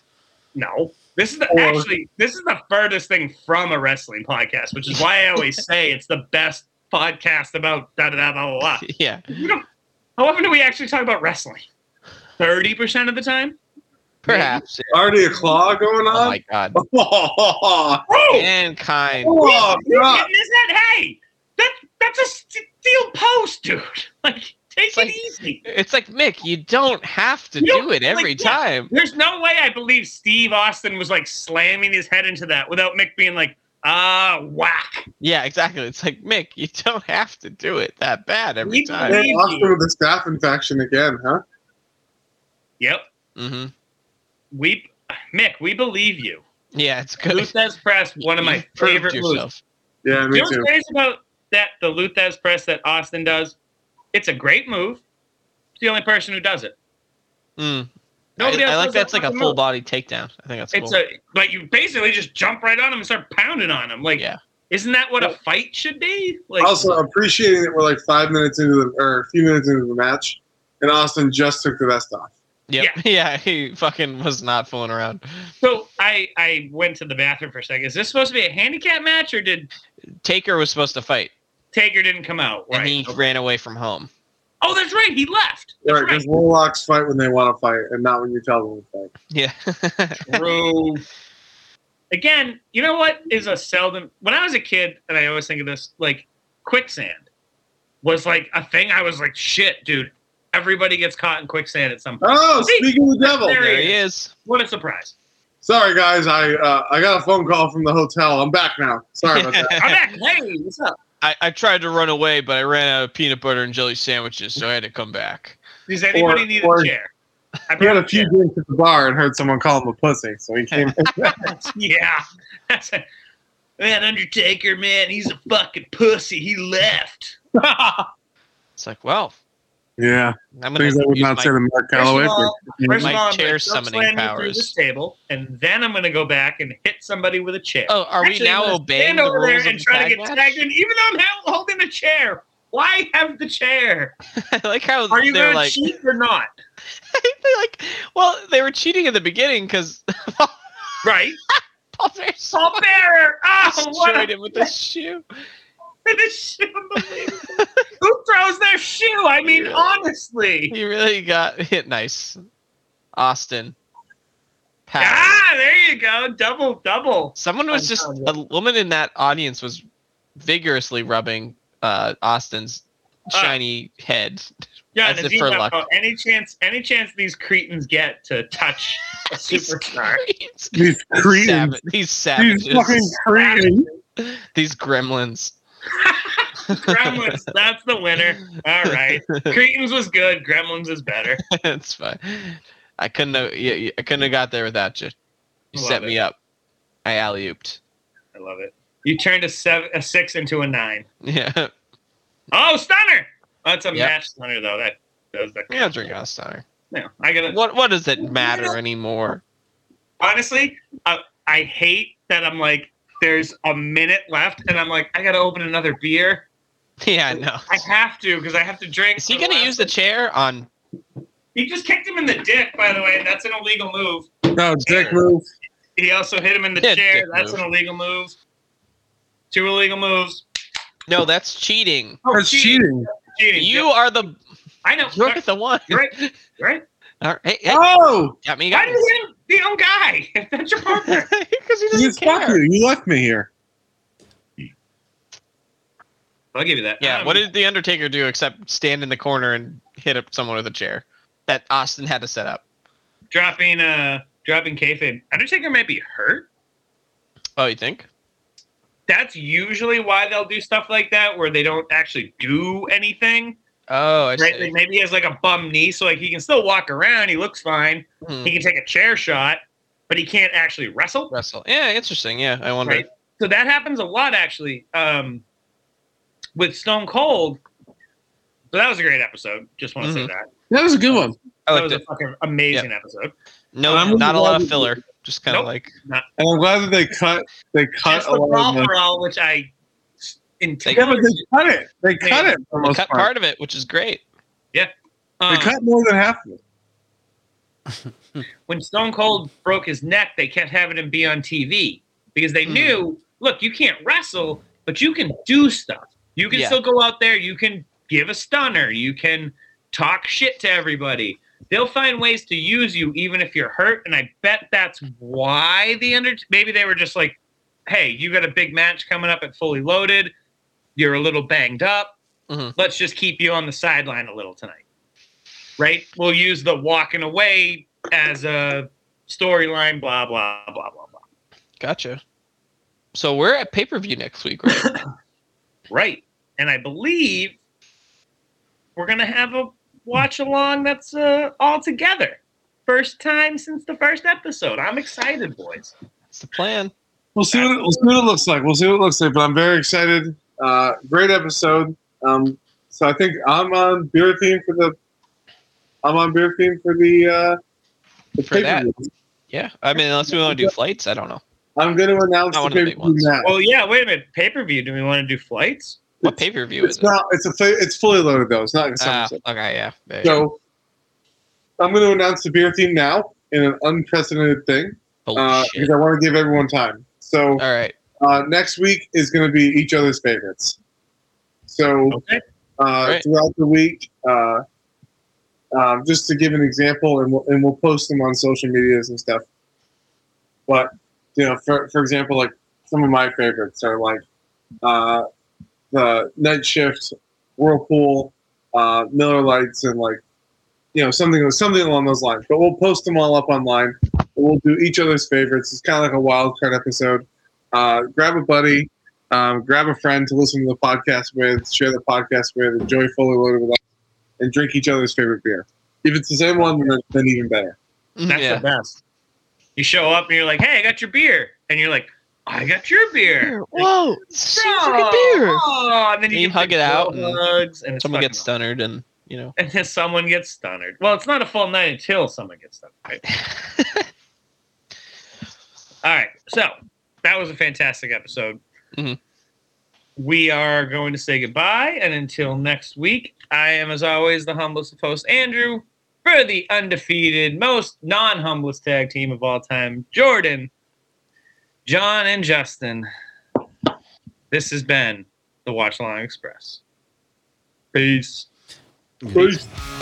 no. This is the, Or- actually this is the furthest thing from a wrestling podcast, which is why I always say it's the best podcast about da da da da da. da. Yeah, We don't. How often do we actually talk about wrestling? Thirty percent of the time. perhaps. Already a claw going Oh on. my god, Oh, Bro, mankind. you God. getting his head? Hey, that that's a st- steel post, dude. Like, take it like- easy. It's like Mick, you don't have to You don't- do it every like, yeah. time. There's no way I believe Steve Austin was like slamming his head into that without Mick being like, ah, whack. Yeah, exactly. It's like Mick, you don't have to do it that bad every We- time. Man, Austin with the staff infection again, huh? Yep. hmm We, Mick, we believe you. Yeah, it's good. Luthez Press, one of my You've proved favorite moves. Yeah, me You know what's too. crazy about that the Luthez press that Austin does? It's a great move. It's the only person who does it. Mm. Nobody I, I else like does that that's like a fucking full move. body takedown. I think that's It's cool. a like you basically just jump right on him and start pounding on him. Like, Yeah. isn't that what a fight should be? Like, Also, appreciating that we're like five minutes into the or a few minutes into the match, and Austin just took the vest off. Yep. Yeah. yeah, he fucking was not fooling around. So I I went to the bathroom for a second. Is this supposed to be a handicap match or did Taker was supposed to fight, Taker didn't come out? and he Right. ran away from home. oh, that's right. He left. That's Right, because right. warlocks fight when they want to fight, and not when you tell them to fight. Yeah. True. Again, you know what is a seldom. When I was a kid, and I always think of this, like quicksand was like a thing. I was like, shit, dude. Everybody gets caught in quicksand at some point. Oh, See? speaking of the devil. There there he is. What a surprise! Sorry, guys. I uh, I got a phone call from the hotel. I'm back now. Sorry about that. I'm back. Hey, what's up? I, I tried to run away, but I ran out of peanut butter and jelly sandwiches, so I had to come back. Does anybody Or- need or- a chair? I He had a brought few chair. drinks at the bar and heard someone call him a pussy, so he came. Yeah. That's a- man, Undertaker, man, he's a fucking pussy. He left. First It's like, well, yeah, I'm gonna things I would use not my- say to Mark of Calloway. all- but- of My all, I'm chair gonna choke summoning slam you through powers. This table, and then I'm going to go back and hit somebody with a chair. Oh, are Actually, we I'm now gonna obeying stand the over rules there of and try to tag get match? tagged in, even though I'm held- holding a chair? Why have the chair? I like how Are you they're going like, to cheat or not? they like, well, they were cheating in the beginning because Right, Paul Bear's Paul Bearer. Oh, what destroyed a, him with his shoe. this shit, unbelievable. Who throws their shoe? I mean, Yeah. honestly. He really got hit nice. Austin. Powers. Ah, there you go. Double, double. Someone was just a woman in that audience was vigorously rubbing uh, Austin's Ah. shiny head. Yeah, As if Nadine for Raphael, luck. any chance, any chance these cretins get to touch a These superstar? creeps. These These, cretins. sava- these These savages. fucking cretins. These gremlins. Gremlins, that's the winner. All right, Cretins was good. Gremlins is better. it's fine. I couldn't have. yeah, yeah, I couldn't have got there without you. You Love set it. me up. I alley ooped. I love it. You turned a seven, a six into a nine. Yeah. Oh, stunner! That's a Yep. match stunner though. That does that. Yeah, drink out Steiner. No, I gotta. What What does it matter anymore? honestly, I, I hate that I'm like, there's a minute left, and I'm like, I gotta open another beer. Yeah, no. I have to because I have to drink. Is he for the gonna last- use the chair on? He just kicked him in the dick, by the way. That's an illegal move. No, dick move. He also hit him in the Yeah, chair. dick That's move. an illegal move. Two illegal moves. No, that's cheating. Oh, That's cheating. cheating. You are the. I know. You're the one. You're right. You're right. All right. Hey, hey, Oh, got me. Why do Got me. you hit the own guy? If that's your partner. Because he you doesn't fuck care. you. You left me here. I'll give you that. Yeah. Um, What did the Undertaker do except stand in the corner and hit up someone with a chair that Austin had to set up? dropping uh dropping kayfabe? Undertaker might be hurt. Oh, you think? That's usually why they'll do stuff like that, where they don't actually do anything. Oh, I Right? Like see. maybe he has like a bum knee, so like he can still walk around. He looks fine. Hmm. He can take a chair shot, but he can't actually wrestle. Wrestle. Yeah, interesting. Yeah, I wonder. Right. So that happens a lot, actually, um, with Stone Cold. So that was a great episode. Just want to Mm-hmm. say Mhm. that. That was a good one. That I liked was a it. fucking amazing episode. No, I'm not a glad lot we- of filler. Just kind of Nope. like And I'm glad that they cut. They cut That's a the lot of. brawl the- for all, which I s- Yeah, but intended. they cut it. They cut it. For the they most cut part. part of it, which is great. They Um, cut more than half of it. when Stone Cold broke his neck, they kept having him be on TV because they Mm. Hmm. knew, look, you can't wrestle, but you can do stuff. You can Yeah. still go out there. You can give a stunner. You can talk shit to everybody. They'll find ways to use you even if you're hurt. And I bet that's why the under maybe they were just like, hey, you got a big match coming up at Fully Loaded. You're a little banged up. Mhm. Let's just keep you on the sideline a little tonight. Right? We'll use the walking away as a storyline, blah, blah, blah, blah, blah. Gotcha. So we're at pay per view next week, right? Right. And I believe we're going to have a watch along that's uh, all together. First time since the first episode. I'm excited, boys. That's the plan. We'll see what it, we'll see what it looks like. We'll see what it looks like. But I'm very excited. Uh, great episode. Um, so I think I'm on beer theme for the. I'm on beer theme for the. Uh, the For that. pay-per-view. Yeah. I mean, unless we want to do flights, I don't know. I'm going to announce Not the one of the big pay-per-view ones. now. Oh, yeah. Wait a minute. Pay per view. Do we want to do flights? What pay per view is It's it? not. It's a. fu- It's fully loaded though. It's not. Like a Ah, SummerSlam. okay, yeah. there you go. so I'm going to announce the beer theme now in an unprecedented thing uh, Bullshit. because I want to give everyone time. So All right. uh, next week is going to be each other's favorites. So Okay. uh, Great. throughout the week, uh, um, just to give an example, and we'll, and we'll post them on social medias and stuff. But you know, for for example, like some of my favorites are like uh, the Night Shift, Whirlpool, uh, Miller Lights, and like you know something something along those lines. But we'll post them all up online. We'll do each other's favorites. It's kind of like a wild card episode. Uh, grab a buddy, um, grab a friend to listen to the podcast with, share the podcast with, enjoy fully loaded with us, and drink each other's favorite beer. If it's the same one, then, then even better. That's yeah. the best. You show up and you're like, "Hey, I got your beer," and you're like, "I got your beer." Whoa! She's like "Oh, a beer. oh," and then you, And you get hug the it out full and hugs, and it's Someone fucking gets awesome. stunnered, and you know. and then someone gets stunnered. Well, it's not a full night until someone gets stunnered. Right? All right, so that was a fantastic episode. Mhm. We are going to say goodbye, and until next week, I am, as always, the humblest of hosts, Andrew, for the undefeated, most non-humblest tag team of all time, Jordan, John, and Justin. This has been the Watch Along Express. Peace. Peace.